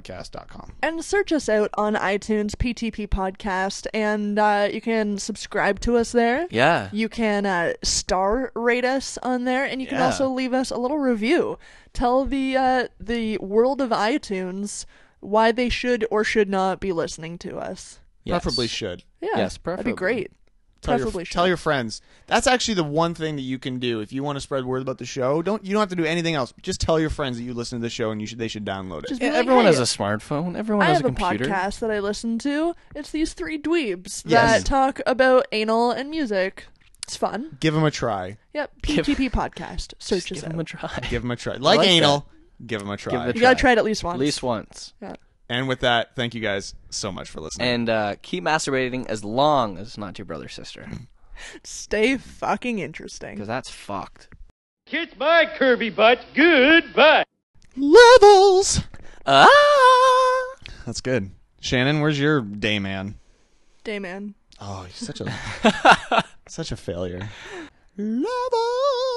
S1: ptppodcast.com.
S3: And search us out on iTunes, PTP Podcast, and uh, you can subscribe to us there.
S4: yeah.
S3: You can uh, star rate us on there, and you can
S4: Yeah.
S3: also leave us a little review. Tell the uh, the world of iTunes why they should or should not be listening to us.
S4: Yes.
S1: Preferably should.
S3: Yeah,
S4: Yes,
S3: that'd
S4: preferably.
S3: be great.
S1: Tell your,
S3: preferably should.
S1: tell your friends. That's actually the one thing that you can do if you want to spread word about the show. Don't you don't have to do anything else. Just tell your friends that you listen to the show and you should they should download it.
S3: Just be
S4: Yeah,
S3: like,
S4: everyone
S3: "Hey,
S4: has a smartphone. Everyone
S3: I
S4: has
S3: have
S4: a
S3: a,
S4: computer.
S3: podcast that I listen to. It's these three dweebs
S1: Yes.
S3: that talk about anal and music. It's fun.
S1: give them a try.
S3: Yep.
S4: Give-
S3: PTP podcast. Search
S4: Give
S3: us
S4: them a
S3: out.
S4: try.
S1: Give them a try. Like,
S4: like
S1: anal, give them a try.
S4: Give it a
S3: You gotta
S4: try.
S3: try it at least once.
S4: At least once.
S1: and with that, thank you guys so much for listening.
S4: And uh, keep masturbating as long as it's not your brother or sister.
S3: Stay fucking interesting.
S4: Because that's fucked.
S17: Kiss my curvy butt. Goodbye.
S1: Levels.
S4: Ah!
S1: That's good. Shannon, where's your day man?
S3: Day man.
S1: Oh, he's such a such a failure. Levels.